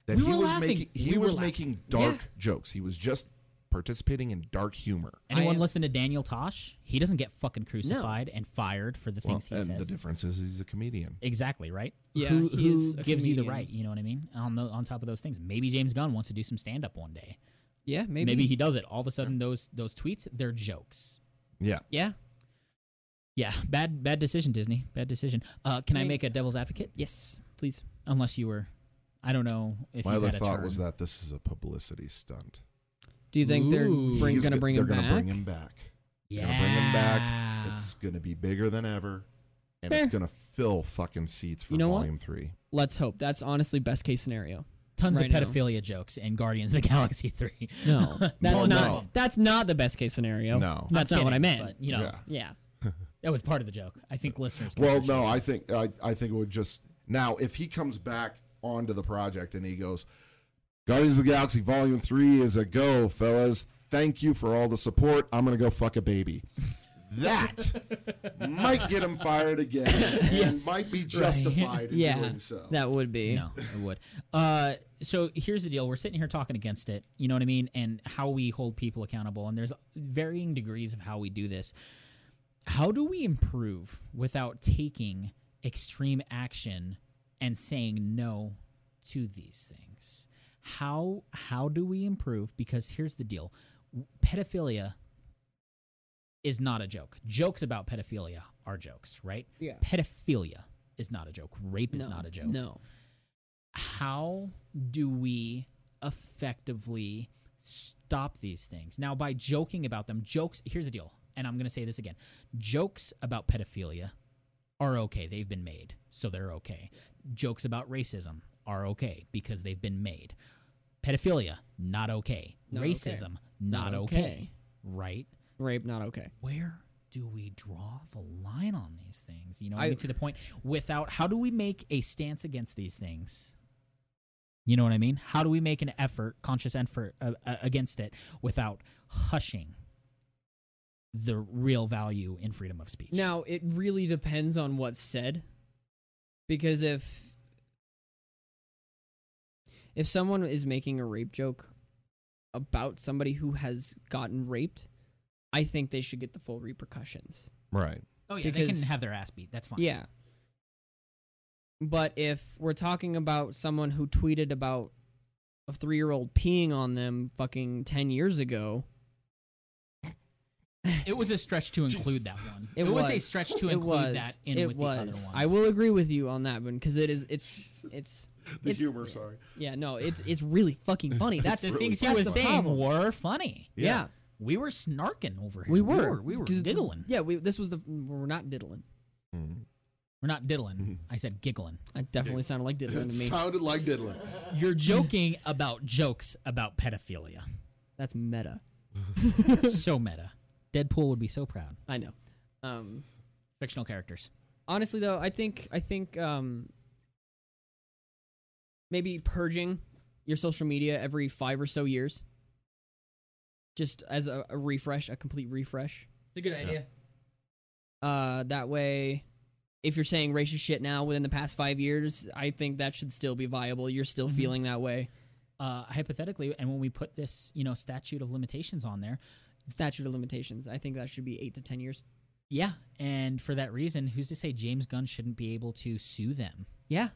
A: that
B: We
A: he
B: were
A: was
B: laughing.
A: making he
B: We were
A: was
B: laughing.
A: making dark jokes. He was just participating in dark humor.
B: Anyone
C: I-
B: listen to Daniel Tosh? He doesn't get fucking crucified and fired for the
A: Well,
B: things he
A: and the
B: says.
A: difference is he's a comedian.
B: Exactly right.
C: Yeah,
B: who,
C: he
B: who
C: is a
B: gives you the
C: comedian.
B: right? You know what I mean. On the, on top of those things, maybe James Gunn wants to do some stand up one day.
C: Yeah, maybe.
B: Maybe. he does it. All of a sudden, those those tweets they're jokes.
A: Yeah.
C: Yeah.
B: Yeah, bad bad decision, Disney. Bad decision. Uh, can I
C: Maybe.
B: make a devil's advocate?
C: Yes. Please.
B: Unless you were, I don't know if
A: My
B: you
A: other
B: had a
A: thought
B: turn.
A: was that this is a publicity stunt.
C: Do you think
B: Ooh.
C: they're bring,
A: He's
C: gonna
A: go-
C: bring
A: they're
C: him
A: gonna
C: back?
A: bring him back.
B: yeah.
A: They're gonna bring him back. It's gonna be bigger than ever, and it's
C: Fair.
A: gonna fill fucking seats for
C: You know what?
A: Volume Three.
C: Let's hope. That's honestly best case scenario.
B: Tons
C: right
B: of
C: now.
B: pedophilia jokes in Guardians of the Galaxy Three.
C: No, that's
A: No,
B: Oh,
C: not.
A: no.
C: That's not the best case scenario.
A: No.
C: that's not
B: Kidding,
C: what I meant.
B: But, you know,
A: Yeah.
C: yeah.
B: that was part of the joke. I think listeners. can
A: Well,
B: appreciate
A: no, I think I, I think it would just now if he comes back onto the project and he goes, Guardians of the Galaxy Volume Three is a go, fellas. Thank you for all the support. I'm gonna go fuck a baby. That might get him fired again, and might be justified in
C: Yeah.
A: doing so.
C: That would be.
B: No, it would. Uh, so here's the deal: we're sitting here talking against it. You know what I mean? And how we hold people accountable, and there's varying degrees of how we do this. How do we improve without taking extreme action and saying no to these things? How how do we improve? Because here's the deal: pedophilia is not a joke. Jokes about pedophilia are jokes, right?
C: Yeah.
B: Pedophilia is not a joke. Rape is
C: No,
B: not a joke.
C: No.
B: How do we effectively stop these things? Now, by joking about them, jokes, here's the deal, and I'm going to say this again jokes about pedophilia are okay. They've been made, so they're okay. Jokes about racism are okay because they've been made. Pedophilia, not okay.
C: Not okay.
B: Racism, not,
C: Not
B: okay.
C: okay.
B: Right?
C: Rape not okay.
B: where do we draw the line on these things? You know,
C: I-
B: I, to the point without how do we make a stance against these things? You know what I mean? How do we make an effort, conscious effort uh, uh, against it without hushing the real value in freedom of speech?
C: Now it really depends on what's said, because if if someone is making a rape joke about somebody who has gotten raped, I think they should get the full repercussions.
A: Right.
B: oh yeah, they can
C: because-
B: have their ass beat. That's fine.
C: Yeah. But if we're talking about someone who tweeted about a three year old peeing on them fucking 10 years ago,
B: it was a stretch to include that one.
C: It
B: It, was. a
C: was.
B: stretch to
C: it
B: include
C: was.
B: that in
C: it
B: with
C: was.
B: the other ones.
C: I will agree with you on that one because it is. It's. It's.
A: The
C: It's-
A: humor, sorry.
C: Yeah, no, it's it's really fucking funny. That's
B: the
A: really
B: things he
C: that's
B: was
C: the
B: saying
C: problem.
B: were funny.
C: Yeah.
B: We were snarking over here.
C: we were.
B: We were
C: 'Cause-
B: giggling.
C: Yeah, we, this was the. We're not diddling.
A: Mm.
B: We're not diddling. I said giggling.
C: That definitely sounded like diddling
A: It
C: to me.
A: sounded like diddling.
B: You're joking about jokes about pedophilia.
C: That's meta.
B: so meta. Deadpool would be so proud.
C: I know. Um,
B: Fictional characters.
C: honestly though i think i think um maybe purging your social media every five or so years just as a, a refresh a complete refresh
B: It's a good idea.
C: uh that way if you're saying racist shit now within the past five years i think that should still be viable you're still
B: Mhm.
C: feeling that way
B: Uh, hypothetically, and when we put this, you know, statute of limitations on there,
C: statute of limitations i think that should be eight to ten years
B: yeah. And for that reason, who's to say James Gunn shouldn't be able to sue them?
C: yeah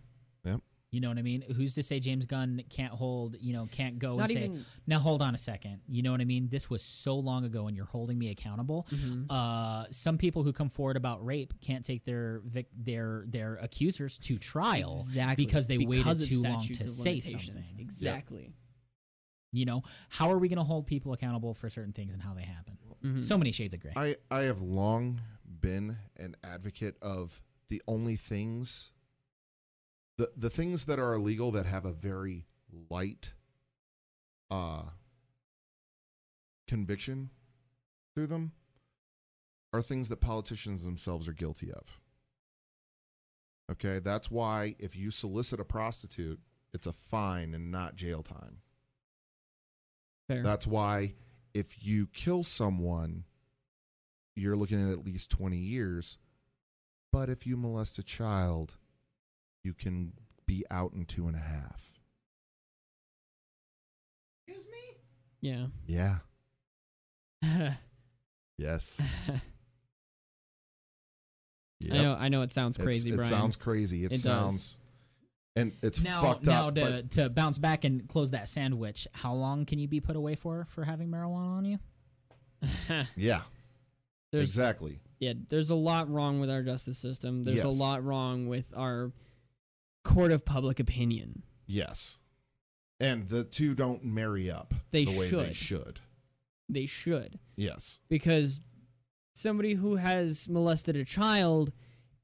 B: You know what I mean? Who's to say James Gunn can't hold, you know, can't go
C: not
B: and say,
C: even
B: now hold on a second. You know what I mean? This was so long ago and you're holding me accountable.
C: Mhm.
B: uh, some people who come forward about rape can't take their vic- their their accusers to trial
C: exactly
B: because they waited
C: of
B: too long
C: statutes
B: to
C: of
B: say
C: limitations.
B: something.
C: exactly
B: You know, how are we going to hold people accountable for certain things and how they happen?
C: Mhm.
B: Mm-hmm. So many shades of gray.
A: I, I have long been an advocate of the only things the the things that are illegal that have a very light uh conviction through them are things that politicians themselves are guilty of. Okay, that's why if you solicit a prostitute, it's a fine and not jail time.
C: Fair.
A: That's why if you kill someone, you're looking at at least 20 years. But if you molest a child, you can be out in two and a half.
D: Excuse me?
C: yeah
A: Yeah. Yes. Yep.
C: I know. I know it sounds
A: It's-
C: crazy,
A: it
C: Brian.
A: sounds crazy. It,
C: It does.
A: sounds. And it's
B: now,
A: fucked
B: now
A: up.
B: to, to bounce back and close that sandwich, how long can you be put away for for having marijuana on you?
A: but yeah,
C: there's
A: exactly.
C: yeah. There's a lot wrong with our justice system. There's a
A: Yes.
C: lot wrong with our court of public opinion.
A: Yes. And the two don't marry up
C: They
A: the way they
C: should.
A: should.
C: They should
A: Yes.
C: because somebody who has molested a child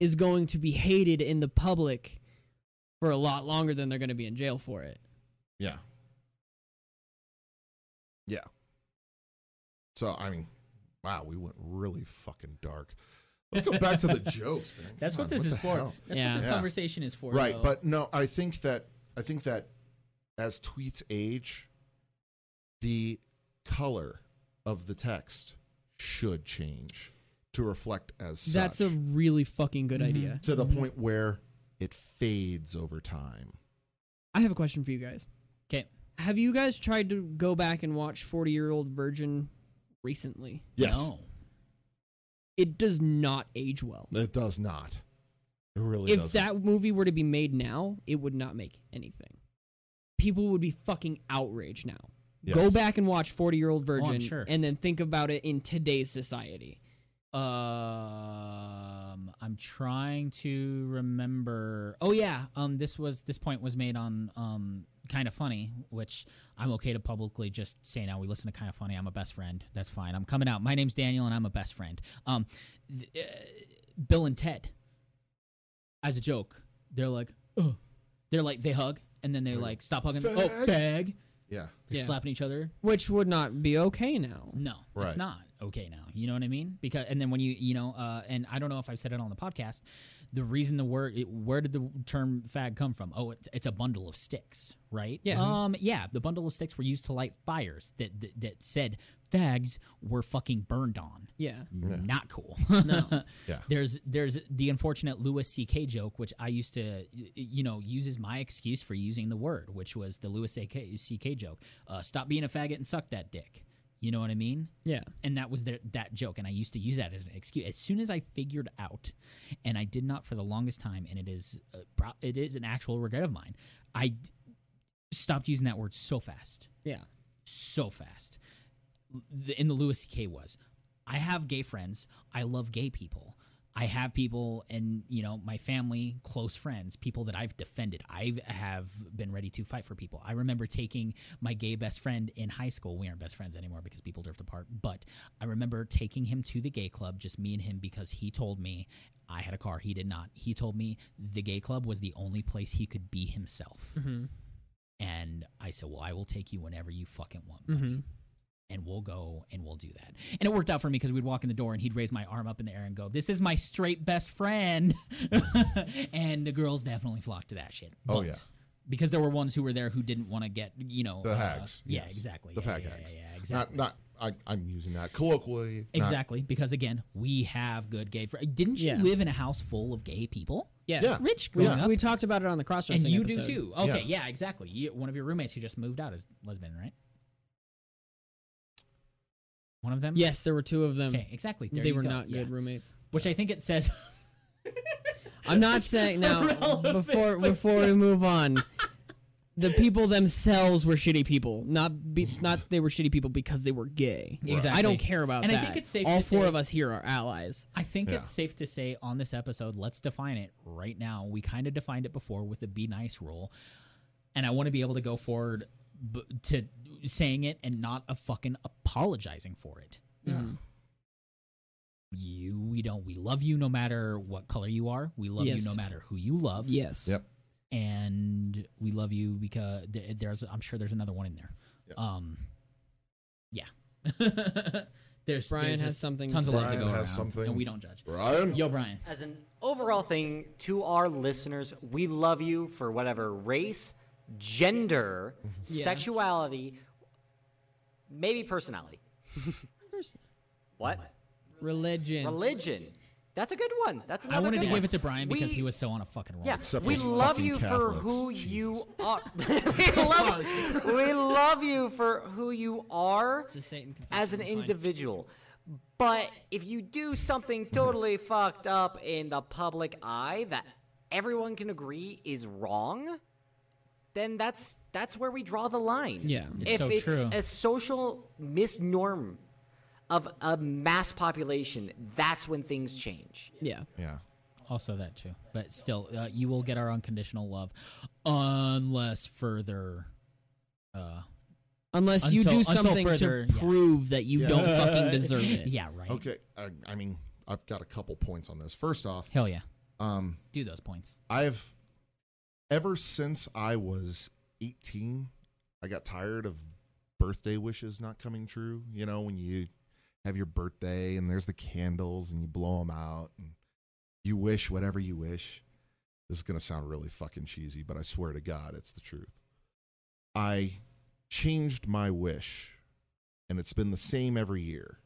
C: is going to be hated in the public for a lot longer than they're going to be in jail for it.
A: Yeah. Yeah. So I mean, wow, we went really fucking dark. Let's go back to the jokes, man.
B: That's
A: Come
B: what
A: on,
B: this is
A: the
B: for.
A: hell?
B: That's
C: Yeah.
B: what this
A: Yeah.
B: conversation is for.
A: Right,
B: though.
A: but no, I think that I think that as tweets age, the color of the text should change to reflect as such.
C: That's a really fucking good
B: Mhm.
C: idea.
A: to the point where it fades over time.
C: I have a question for you guys.
B: 'Kay.
C: Have you guys tried to go back and watch 40 Year Old Virgin recently?
A: Yes,
B: No.
C: It does not age well.
A: it does not. It really
C: if
A: doesn't.
C: that movie were to be made now, it would not make anything. People would be fucking outraged now.
A: Yes.
C: Go back and watch 40 Year Old
B: I'm
C: Virgin
B: sure.
C: and then think about it in today's society.
B: Um, I'm trying to remember. Oh yeah, um, this was this point was made on um, kind of funny, which I'm okay to publicly just say now. We listen to kind of funny. I'm a best friend. That's fine. I'm coming out. My name's Daniel, and I'm a best friend. Um, th- uh, Bill and Ted, as a joke, they're like, oh, they're like they hug, and then they're like, stop hugging. Oh,
A: Fag.
B: fag.
A: Yeah.
B: They're
C: Yeah.
B: slapping each other.
C: which would not be okay now.
B: No,
A: Right.
B: it's not okay now. You know what I mean? Because and then when you you know, uh, and I don't know if I've said it on the podcast. The reason the word it, where did the term fag come from? Oh, it's it's a bundle of sticks, right?
C: Yeah.
B: Um. Yeah. The bundle of sticks were used to light fires that that, that said fags were fucking burned on.
C: Yeah.
B: Not cool.
C: No.
A: Yeah.
B: There's there's the unfortunate Lewis C.K. joke, which I used to, y- y- you know, use as my excuse for using the word, which was the Lewis C.K. C.K. joke. Uh, Stop being a faggot and suck that dick. You know what I mean?
C: Yeah.
B: and that was their, that joke and i used to use that as an excuse as soon as i figured out and i did not for the longest time and it is uh, pro- it is an actual regret of mine i d- stopped using that word so fast
C: Yeah.
B: so fast the, in the lewis ck was i have gay friends i love gay people i have people and you know my family close friends people that i've defended i have been ready to fight for people i remember taking my gay best friend in high school we aren't best friends anymore because people drift apart but i remember taking him to the gay club just me and him because he told me i had a car he did not he told me the gay club was the only place he could be himself
C: Mm-hmm.
B: and I said, "Well, I will take you whenever you fucking want, buddy.
C: Mm-hmm.
B: and we'll go and we'll do that." And it worked out for me because we'd walk in the door and he'd raise my arm up in the air and go, "This is my straight best friend," and the girls definitely flocked to that shit.
A: Oh, yeah.
B: because there were ones who were there who didn't want to get you know
A: The
B: uh,
A: hags,
B: Yeah,
A: yes.
B: exactly.
A: The
B: yeah,
A: fag
B: yeah,
A: hags.
B: Yeah, yeah, exactly.
A: Not not I, I'm using that colloquially. not-
B: Exactly, because again, we have good gay friends. Didn't you
C: Yeah.
B: live in a house full of gay people?
C: Yeah.
A: Yeah.
B: Rich
C: We,
B: growing up,
C: we talked about it on the cross
B: and
C: dressing
B: you
C: episode.
B: do too. Okay, yeah, exactly. You, one of your roommates who just moved out is lesbian, right? One of them.
C: Yes, there were two of them.
B: Okay, exactly. There
C: um, they
B: you
C: were
B: go.
C: not
B: Yeah.
C: good roommates.
B: Which I think it says.
C: I'm not saying now
B: irrelevant,
C: before
B: but
C: before we move on. The people themselves were shitty people, not be, not they were shitty people because they were gay.
B: Exactly.
C: I don't care about
B: And I
C: that.
B: think it's safe
C: All
B: to
C: four
B: say-
C: of us here are allies.
B: I think
A: Yeah.
B: it's safe to say on this episode, let's define it right now. We kind of defined it before with the "be nice" rule, and I want to be able to go forward b- to saying it and not a fucking apologizing for it.
A: Yeah.
B: You, we don't. We love you no matter what color you are. We love
C: Yes.
B: you no matter who you love.
C: Yes.
A: Yep.
B: and we love you because th- there's I'm sure there's another one in there.
A: Yeah.
B: Um, yeah. there's
C: Brian
B: there's
C: has
B: just
C: something to
B: Tons of love to
A: Brian
B: go
A: has
B: around,
A: something.
B: and we don't judge.
A: Brian.
B: Yo, Brian.
E: As an overall thing to our listeners, we love you for whatever race, gender,
B: Mm-hmm.
E: sexuality, maybe personality. what?
C: Religion.
E: Religion. That's a good one. That's another
B: I wanted
E: good
B: to
E: one.
B: give it to Brian because
E: We-
B: he was so on a fucking roll.
E: Yeah,
A: Except
E: we
A: those
E: love
A: fucking
E: you for
A: Catholics.
E: who
A: Jesus.
E: you are. we, love, we love you for who you are
C: It's a Satan confession,
E: as an
C: fine.
E: individual. But if you do something totally fucked up in the public eye that everyone can agree is wrong, then that's that's where we draw the line.
C: Yeah. It's
E: if
B: so
E: it's
B: true.
E: a social misnorm of a mass population, that's when things change.
C: yeah.
A: Yeah.
B: Also that too, but still, uh, you will get our unconditional love, unless further. Uh,
C: Unless you
B: Until-
C: do
B: until
C: something
B: further,
C: to
B: yeah.
C: prove that you don't fucking deserve it.
B: yeah. Right.
A: Okay. I, I mean, I've got a couple points on this. First off,
B: Hell yeah.
A: um,
B: Do those points.
A: I've ever since I was 18, I got tired of birthday wishes not coming true. You know, when you have your birthday and there's the candles and you blow them out and you wish whatever you wish. This is going to sound really fucking cheesy, but I swear to God, it's the truth. I changed my wish and it's been the same every year.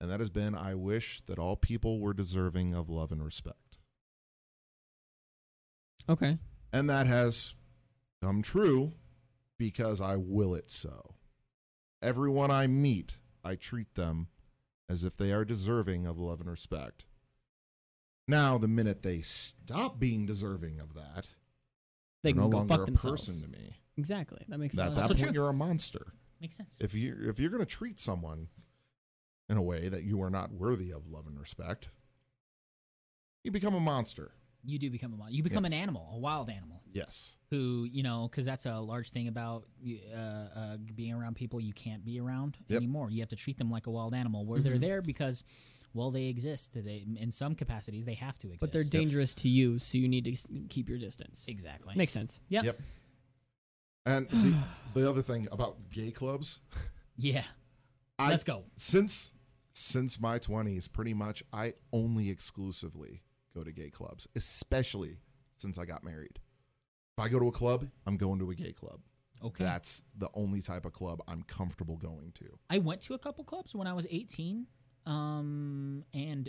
A: And that has been I wish that all people were deserving of love and respect
C: Okay.
A: and that has come true because I will it so. Everyone I meet, I treat them as if they are deserving of love and respect. Now, the minute they stop being deserving of that,
C: They
A: are
C: can
A: no
C: go
A: longer
C: fuck
A: a
C: themselves.
A: person to me.
C: Exactly. That makes
A: At
C: sense.
A: that
B: Also
A: point,
B: true.
A: you're a monster.
B: Makes sense.
A: If you are if you're gonna treat someone in a way that you are not worthy of love and respect, you become a monster.
B: You do become a mon- you become an
A: Yes.
B: animal, a wild animal
A: Yes.
B: who you know because that's a large thing about uh, uh, being around people you can't be around
A: Yep. Mm-hmm.
B: anymore. You have to treat them like a wild animal where they're there because well they exist. They in some capacities they have to exist.
C: But they're dangerous to you, so you need to s- keep your distance.
B: exactly
C: Makes sense.
B: Yep.
A: Yep. And the, the other thing about gay clubs,
B: Yeah.
A: I,
B: Let's go.
A: Since since my twenties, pretty much, I only exclusively go to gay clubs, especially since I got married. If I go to a club, I'm going to a gay club.
B: Okay.
A: That's the only type of club I'm comfortable going to.
B: I went to a couple clubs when I was 18. Um, and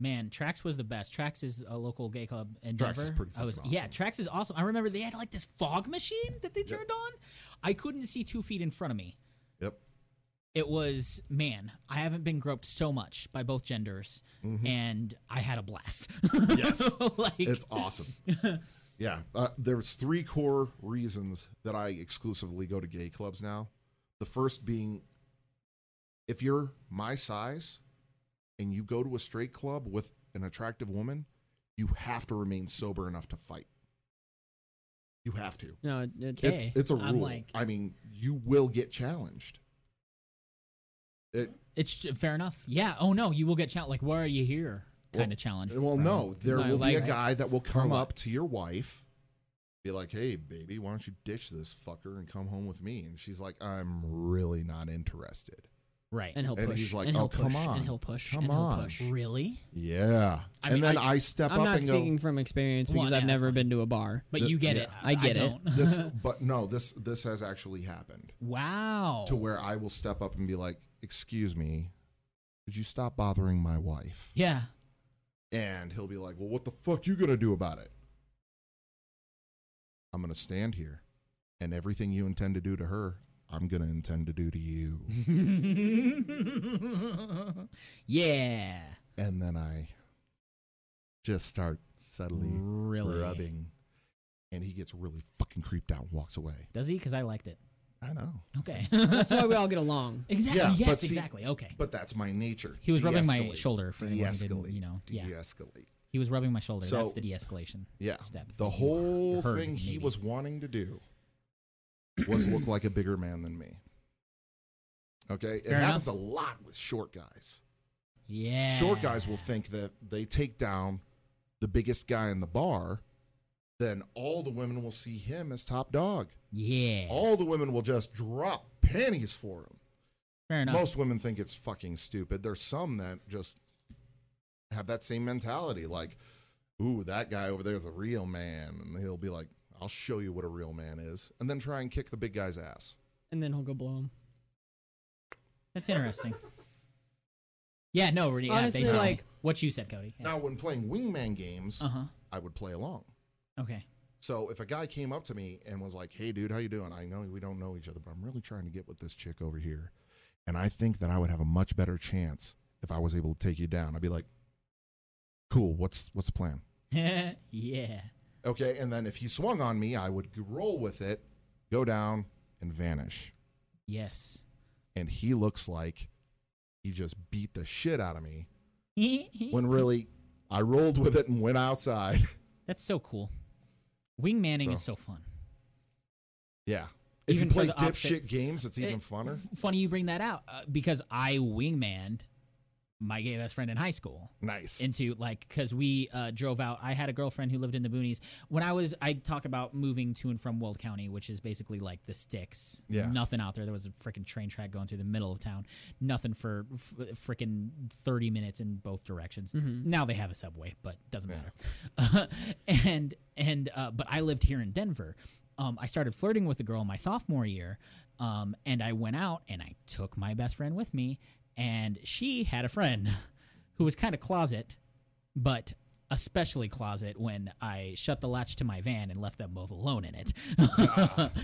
B: man, Trax was the best. Trax is a local gay club in
A: Trax is
B: Denver.
A: pretty
B: I was
A: fucking
B: yeah,
A: awesome.
B: Trax is awesome. I remember they had like this fog machine that they turned on. I couldn't see two feet in front of me.
A: Yep.
B: It was man, I haven't been groped so much by both genders, and I had a blast.
A: Mm-hmm. Yes.
B: like
A: It's awesome. yeah, uh, there's three core reasons that I exclusively go to gay clubs now. The first being, if you're my size, and you go to a straight club with an attractive woman, you have to remain sober enough to fight. You have to.
C: No, it, it-
B: Okay.
A: It's it's a
B: I'm
A: rule.
B: like-
A: I mean, you will get challenged. It
B: it's fair enough. Yeah. Oh no, you will get challenged. Like, why are you here?
A: Well-
B: Kind of challenge.
A: Well,
B: right?
A: no, there
C: No,
A: will be a
C: like-
A: guy that will come
B: what?
A: up to your wife, be like, "Hey, baby, why don't you ditch this fucker and come home with me?" And she's like, "I'm really not interested."
B: Right.
C: and he'll push.
A: And he's like,
C: and he'll
A: "Oh, come
C: push,
A: on.
C: And he'll push.
A: Come
C: and he'll
A: on."
C: Push.
B: really?
A: Yeah,
B: I
A: and
B: mean,
A: then I, step
C: I'm
A: up
C: not
A: and go,
C: speaking from experience
B: Well,
C: because
B: yeah,
C: I've
B: that's
C: never
B: fine.
C: been to a bar.
B: But
A: The-
B: you get
A: yeah.
B: it.
C: I get it.
B: don't.
A: "This," but no, this this has actually happened
B: wow.
A: to where I will step up and be like, "Excuse me, could you stop bothering my wife?"
B: yeah.
A: And he'll be like, "Well, what the fuck you gonna do about it?" I'm gonna stand here, and everything you intend to do to her, I'm gonna intend to do to you.
B: yeah.
A: and then I just start subtly
B: Really.
A: rubbing, and he gets really fucking creeped out and walks away.
B: Does he? Because I liked it.
A: I know,
B: Okay.
C: That's why we all get along.
B: exactly.
A: Yeah, but
B: yes.
A: see-
B: exactly. Okay.
A: but that's my nature.
B: He was rubbing my
A: De-escalate.
B: shoulder for anyone who didn't,
A: De-escalate.
B: you know. Yeah.
A: De-escalate.
B: He was rubbing my shoulder.
A: So-
B: That's the de-escalation.
A: Yeah.
B: Step that
A: The
B: you
A: whole
B: heard,
A: thing he
B: maybe.
A: was wanting to do was look like a bigger man than me. Okay, it
B: Fair
A: happens a lot with short guys.
B: Yeah.
A: Short guys will think that they take down the biggest guy in the bar, then all the women will see him as top dog.
B: Yeah.
A: All the women will just drop panties for him.
B: Fair enough.
A: Most women think it's fucking stupid. There's some that just have that same mentality, like, "Ooh, that guy over there's a real man," and he'll be like, "I'll show you what a real man is," and then try and kick the big guy's ass.
C: And then he'll go blow him.
B: That's interesting. Yeah. No. Really, yeah,
C: Honestly,
B: basically.
C: like-
B: what you said, Cody.
A: Now, when playing wingman games,
B: Uh huh.
A: I would play along.
B: Okay.
A: So if a guy came up to me and was like, "Hey, dude, how you doing? I know we don't know each other, but I'm really trying to get with this chick over here, and I think that I would have a much better chance if I was able to take you down." I'd be like, "Cool. What's what's the plan?"
B: yeah.
A: Okay, and then if he swung on me, I would g- roll with it, go down, and vanish.
B: Yes.
A: And he looks like he just beat the shit out of me when really I rolled with it and went outside.
B: That's so cool. Wingmanning
A: So-
B: is so fun.
A: yeah. If
B: Even
A: you
B: for
A: play
B: the opposite-
A: dipshit games, it's even
B: It's
A: funner.
B: f- Funny you bring that out uh, because I wingmanned my gay best friend in high school
A: Nice.
B: into like because we uh, drove out. I had a girlfriend who lived in the boonies. When I was, I talk about moving to and from Weld County, which is basically like the sticks.
A: Yeah.
B: nothing out there. There was a freaking train track going through the middle of town. Nothing for f- freaking thirty minutes in both directions. Now they have a subway, but doesn't matter. and and uh, but I lived here in Denver. Um, I started flirting with a girl my sophomore year, um, and I went out and I took my best friend with me, and she had a friend who was kind of closet, but especially closet when I shut the latch to my van and left them both alone in it.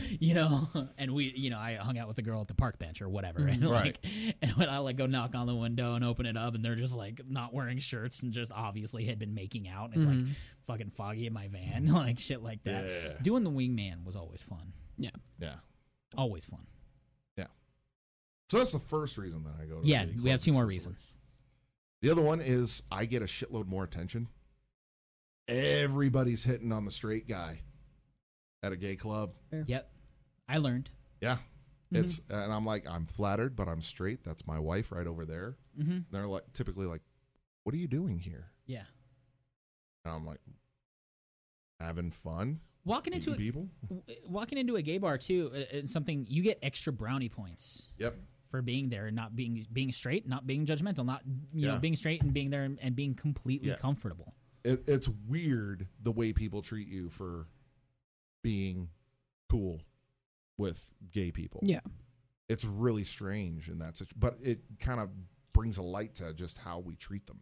B: you know, and we, you know, I hung out with the girl at the park bench or whatever, and
A: Mm-hmm. Right.
B: like, and when I like go knock on the window and open it up, and they're just like not wearing shirts and just obviously had been making out, and it's like fucking foggy in my van, like shit like that.
A: Mm-hmm. Yeah.
B: Doing the wingman was always fun,
A: yeah.
B: always fun.
A: So that's the first reason that I go. To
B: yeah,
A: the
B: we
A: club
B: have two more
A: exclusively.
B: reasons.
A: The other one is I get a shitload more attention. Everybody's hitting on the straight guy at a gay club.
B: Yep. I learned.
A: Yeah. It's and I'm like, I'm flattered, but I'm straight. That's my wife right over there.
B: Mm-hmm.
A: They're like typically like, What are you doing here?
B: Yeah.
A: And I'm like, having fun.
B: Walking into
A: Meeting
B: a,
A: people.
B: w- walking into a gay bar too, uh, and something you get extra brownie points
A: Yep.
B: for being there and not being being straight, not being judgmental, not you
A: Yeah.
B: know being straight and being there and, and being completely
A: Yeah.
B: comfortable.
A: It, it's weird the way people treat you for being cool with gay people.
C: Yeah.
A: It's really strange in that situation, but it kind of brings a light to just how we treat them,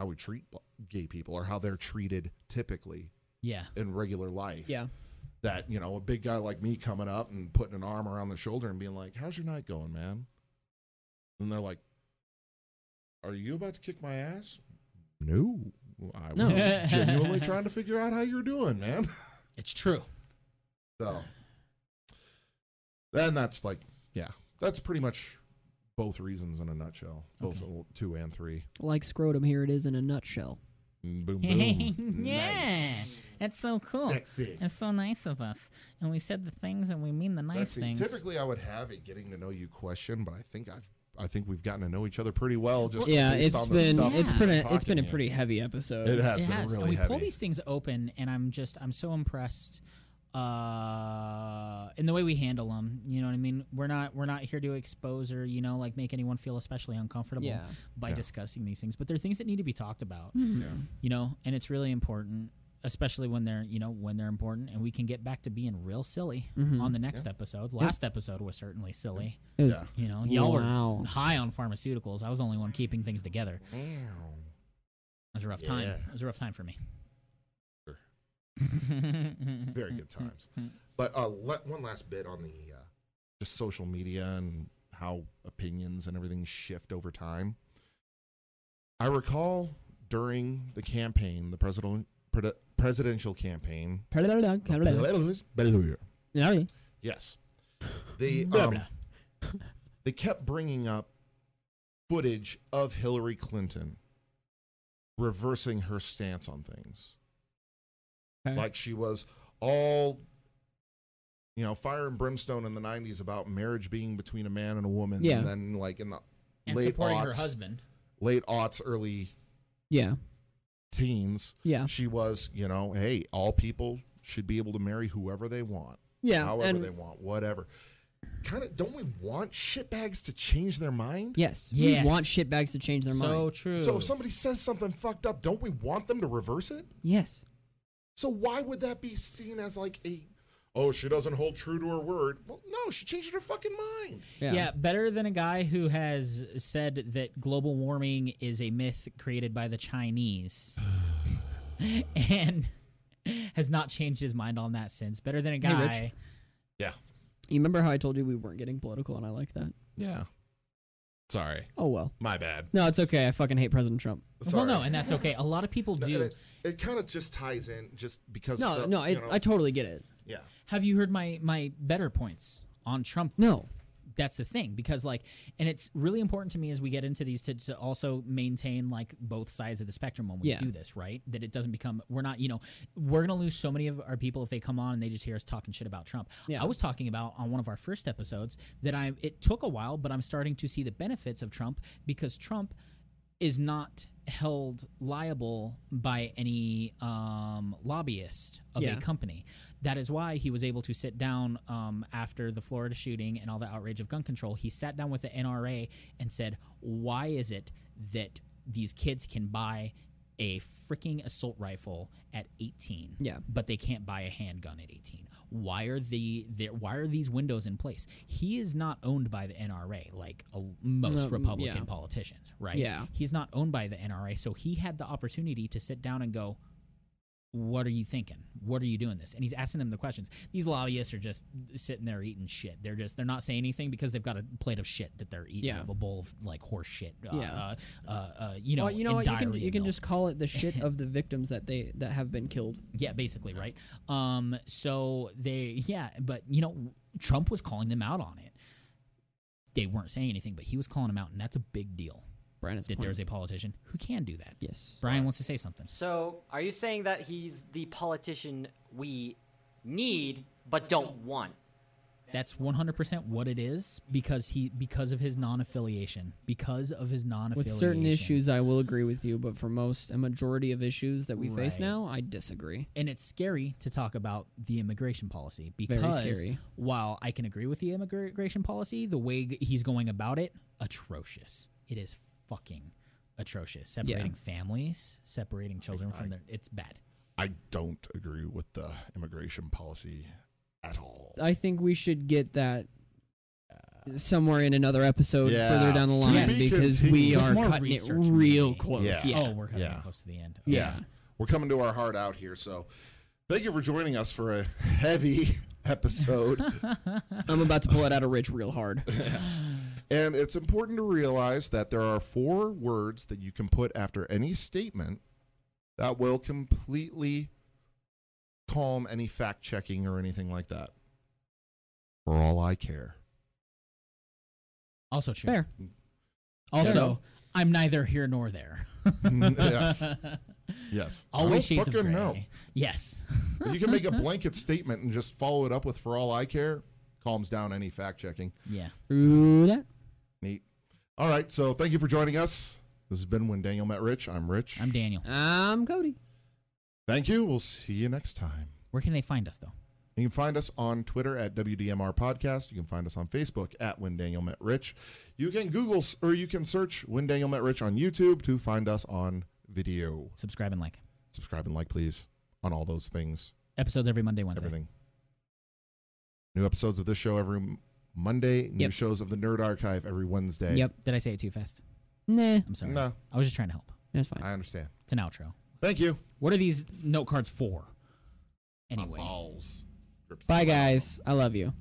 A: how we treat bl- gay people, or how they're treated typically
B: Yeah.
A: in regular life.
C: Yeah.
A: That you know, a big guy like me coming up and putting an arm around the shoulder and being like, "How's your night going, man?" And they're like, "Are you about to kick my ass?" No, I
C: No.
A: was genuinely trying to figure out how you're doing, man.
B: It's true.
A: So then that's like, yeah, that's pretty much both reasons in a nutshell, both
B: Okay.
A: two and three.
C: Like scrotum, here it is in a nutshell.
A: Boom, boom.
B: yeah.
A: Nice.
B: That's so cool.
A: Sexy.
B: It's so nice of us. And we said the things and we mean the nice
A: Sexy.
B: things.
A: Typically, I would have a getting to know you question, but I think I've I think we've gotten to know each other pretty well. Just
C: yeah,
A: based
C: it's
A: on
C: been
A: the stuff
C: it's
A: we've
C: been
A: been
C: a, it's been a
A: talking
C: pretty heavy episode.
A: about. It has
B: it
A: been
B: has. and
A: really
B: we
A: heavy.
B: pull these things open, and I'm just I'm so impressed uh in the way we handle them you know what i mean we're not we're not here to expose or you know like make anyone feel especially uncomfortable
C: Yeah. Mm-hmm.
B: by
A: Yeah.
B: discussing these things but they're things that need to be talked about
A: yeah.
B: you know and it's really important especially when they're you know when they're important and we can get back to being real silly
A: Mm-hmm.
B: on the next episode last episode was certainly silly
C: It was-
A: Yeah.
B: you know y'all
C: Wow.
B: were high on pharmaceuticals i was the only one keeping things together it was a rough time
A: Yeah.
B: it was a rough time for me
A: Sure. Very good times. But uh, let, one last bit on the uh, just social media and how opinions and everything shift over time. I recall during the campaign, the presidential presidential campaign. Yes. They
C: Blah,
A: um,
C: blah.
A: they kept bringing up footage of Hillary Clinton reversing her stance on things.
B: Uh-huh.
C: Okay.
A: Like she was all you know, fire and brimstone in the 90s about marriage being between a man and a woman
C: Yeah.
A: and then like in the
B: and
A: late
B: supporting her
A: aughts-
B: husband
A: late aughts early
C: Yeah.
A: teens
C: Yeah.
A: she was, you know, hey, all people should be able to marry whoever they want.
C: Yeah.
A: however
C: and-
A: they want, whatever. Kind of, don't we want shitbags to change their mind?
C: Yes.
B: Yes.
C: We want shitbags to change their
B: so
C: mind.
B: true
A: So if somebody says something fucked up, don't we want them to reverse it?
C: Yes.
A: So why would that be seen as like a, oh, she doesn't hold true to her word? Well, no, she changed her fucking mind.
B: yeah.
C: Yeah.
B: better than a guy who has said that global warming is a myth created by the Chinese and has not changed his mind on that since. Better than a
C: Hey,
B: guy.
C: Rich.
A: Yeah.
C: You remember how I told you we weren't getting political, and I like that.
A: Yeah. Sorry.
C: Oh well.
A: My bad.
C: No, it's okay. I fucking hate President Trump.
A: Sorry.
B: Well, no, and that's okay. A lot of people
A: No, and
B: do.
A: It, it kind of just ties in just because.
C: No,
A: the-
C: no,
A: you
C: I,
A: know,
C: I totally get it.
A: yeah.
B: Have you heard my my better points on Trump?
C: No.
B: that's the thing because like and it's really important to me as we get into these to, to also maintain like both sides of the spectrum when we
C: Yeah.
B: do this right that it doesn't become we're not you know we're gonna lose so many of our people if they come on and they just hear us talking shit about trump
C: Yeah.
B: i was talking about on one of our first episodes that i it took a while but i'm starting to see the benefits of trump because trump is not held liable by any um, lobbyist of
C: Yeah.
B: a company. That is why he was able to sit down um, after the Florida shooting and all the outrage of gun control. He sat down with the NRA and said, Why is it that these kids can buy a freaking assault rifle at 18?
C: Yeah.
B: but they can't buy a handgun at 18 why are the, the why are these windows in place he is not owned by the nra like a, most
C: Um,
B: republican
C: yeah.
B: politicians right
C: Yeah.
B: he's not owned by the nra so he had the opportunity to sit down and go what are you thinking what are you doing this and he's asking them the questions these lobbyists are just sitting there eating shit they're just they're not saying anything because they've got a plate of shit that they're eating
C: Yeah.
B: of a bowl of like horse shit uh,
C: Yeah.
B: uh, uh, uh, you know
C: well, you know
B: and
C: what? You can
B: diarrhea
C: you can
B: milk.
C: just call it the shit of the victims that they that have been killed.
B: Yeah, basically, right? Um, so they, yeah, but you know, Trump was calling them out on it. they weren't saying anything, but he was calling him out, and that's a big deal
C: Brandon's
B: that
C: point.
B: there's a politician who can do that.
C: yes.
B: Brian wants to say something.
E: So, are you saying that he's the politician we need but don't want?
B: That's 100% what it is because he because of his non-affiliation, because of his non-affiliation.
C: With certain issues, I will agree with you, but for most, a majority of issues that we face
B: Right.
C: now, I disagree.
B: and it's scary to talk about the immigration policy
C: Very
B: because
C: scary.
B: while I can agree with the immigration policy, the way g- he's going about it, atrocious. It is fucking atrocious. Separating families, separating children from their it's bad.
A: I don't agree with the immigration policy at all.
B: Uh,
C: I think we should get that somewhere in another episode
A: Yeah.
C: further down the
A: To
C: line
A: be
C: because we
A: continued.
C: are
B: With more
C: cutting it
B: research,
C: real
B: maybe.
C: close.
A: Yeah.
C: Yeah.
B: Oh, we're kind
A: Yeah.
B: of close to the end. Okay.
A: yeah.
C: Yeah.
A: We're coming to our heart out here. So thank you for joining us for a heavy episode.
C: I'm about to pull it out of Rich real hard.
A: and it's important to realize that there are four words that you can put after any statement that will completely calm any fact checking or anything like that. For all I care.
B: Also true.
C: Fair.
B: Also, I'm neither here nor there.
A: yes. Yes. I
B: Always
A: don't
B: shades of gray.
A: fucking know.
B: Yes.
A: If you can make a blanket statement and just follow it up with "for all I care," calms down any fact checking.
B: yeah.
C: True that.
A: Neat. All right, so thank you for joining us. This has been when Daniel met Rich. I'm Rich.
B: I'm Daniel.
C: I'm Cody.
A: Thank you. We'll see you next time.
B: Where can they find us though?
A: You can find us on Twitter at WDMR Podcast. You can find us on Facebook at When Daniel Met Rich. You can Google s- or you can search When Daniel Met Rich on YouTube to find us on video.
B: Subscribe and like.
A: Subscribe and like, please, on all those things,
B: Episodes every Monday, Wednesday.
A: everything. New episodes of this show every m- Monday. New
C: Yep.
A: shows of the Nerd Archive every Wednesday.
C: Yep.
B: Did I say it too fast?
C: Nah,
B: I'm sorry.
A: No,
B: I was just trying to help.
C: that's fine.
A: I understand.
B: It's an outro.
A: Thank you.
B: What are these note cards for? Anyway.
A: Balls. Drips
C: Bye,
A: throughout.
C: guys. I love you.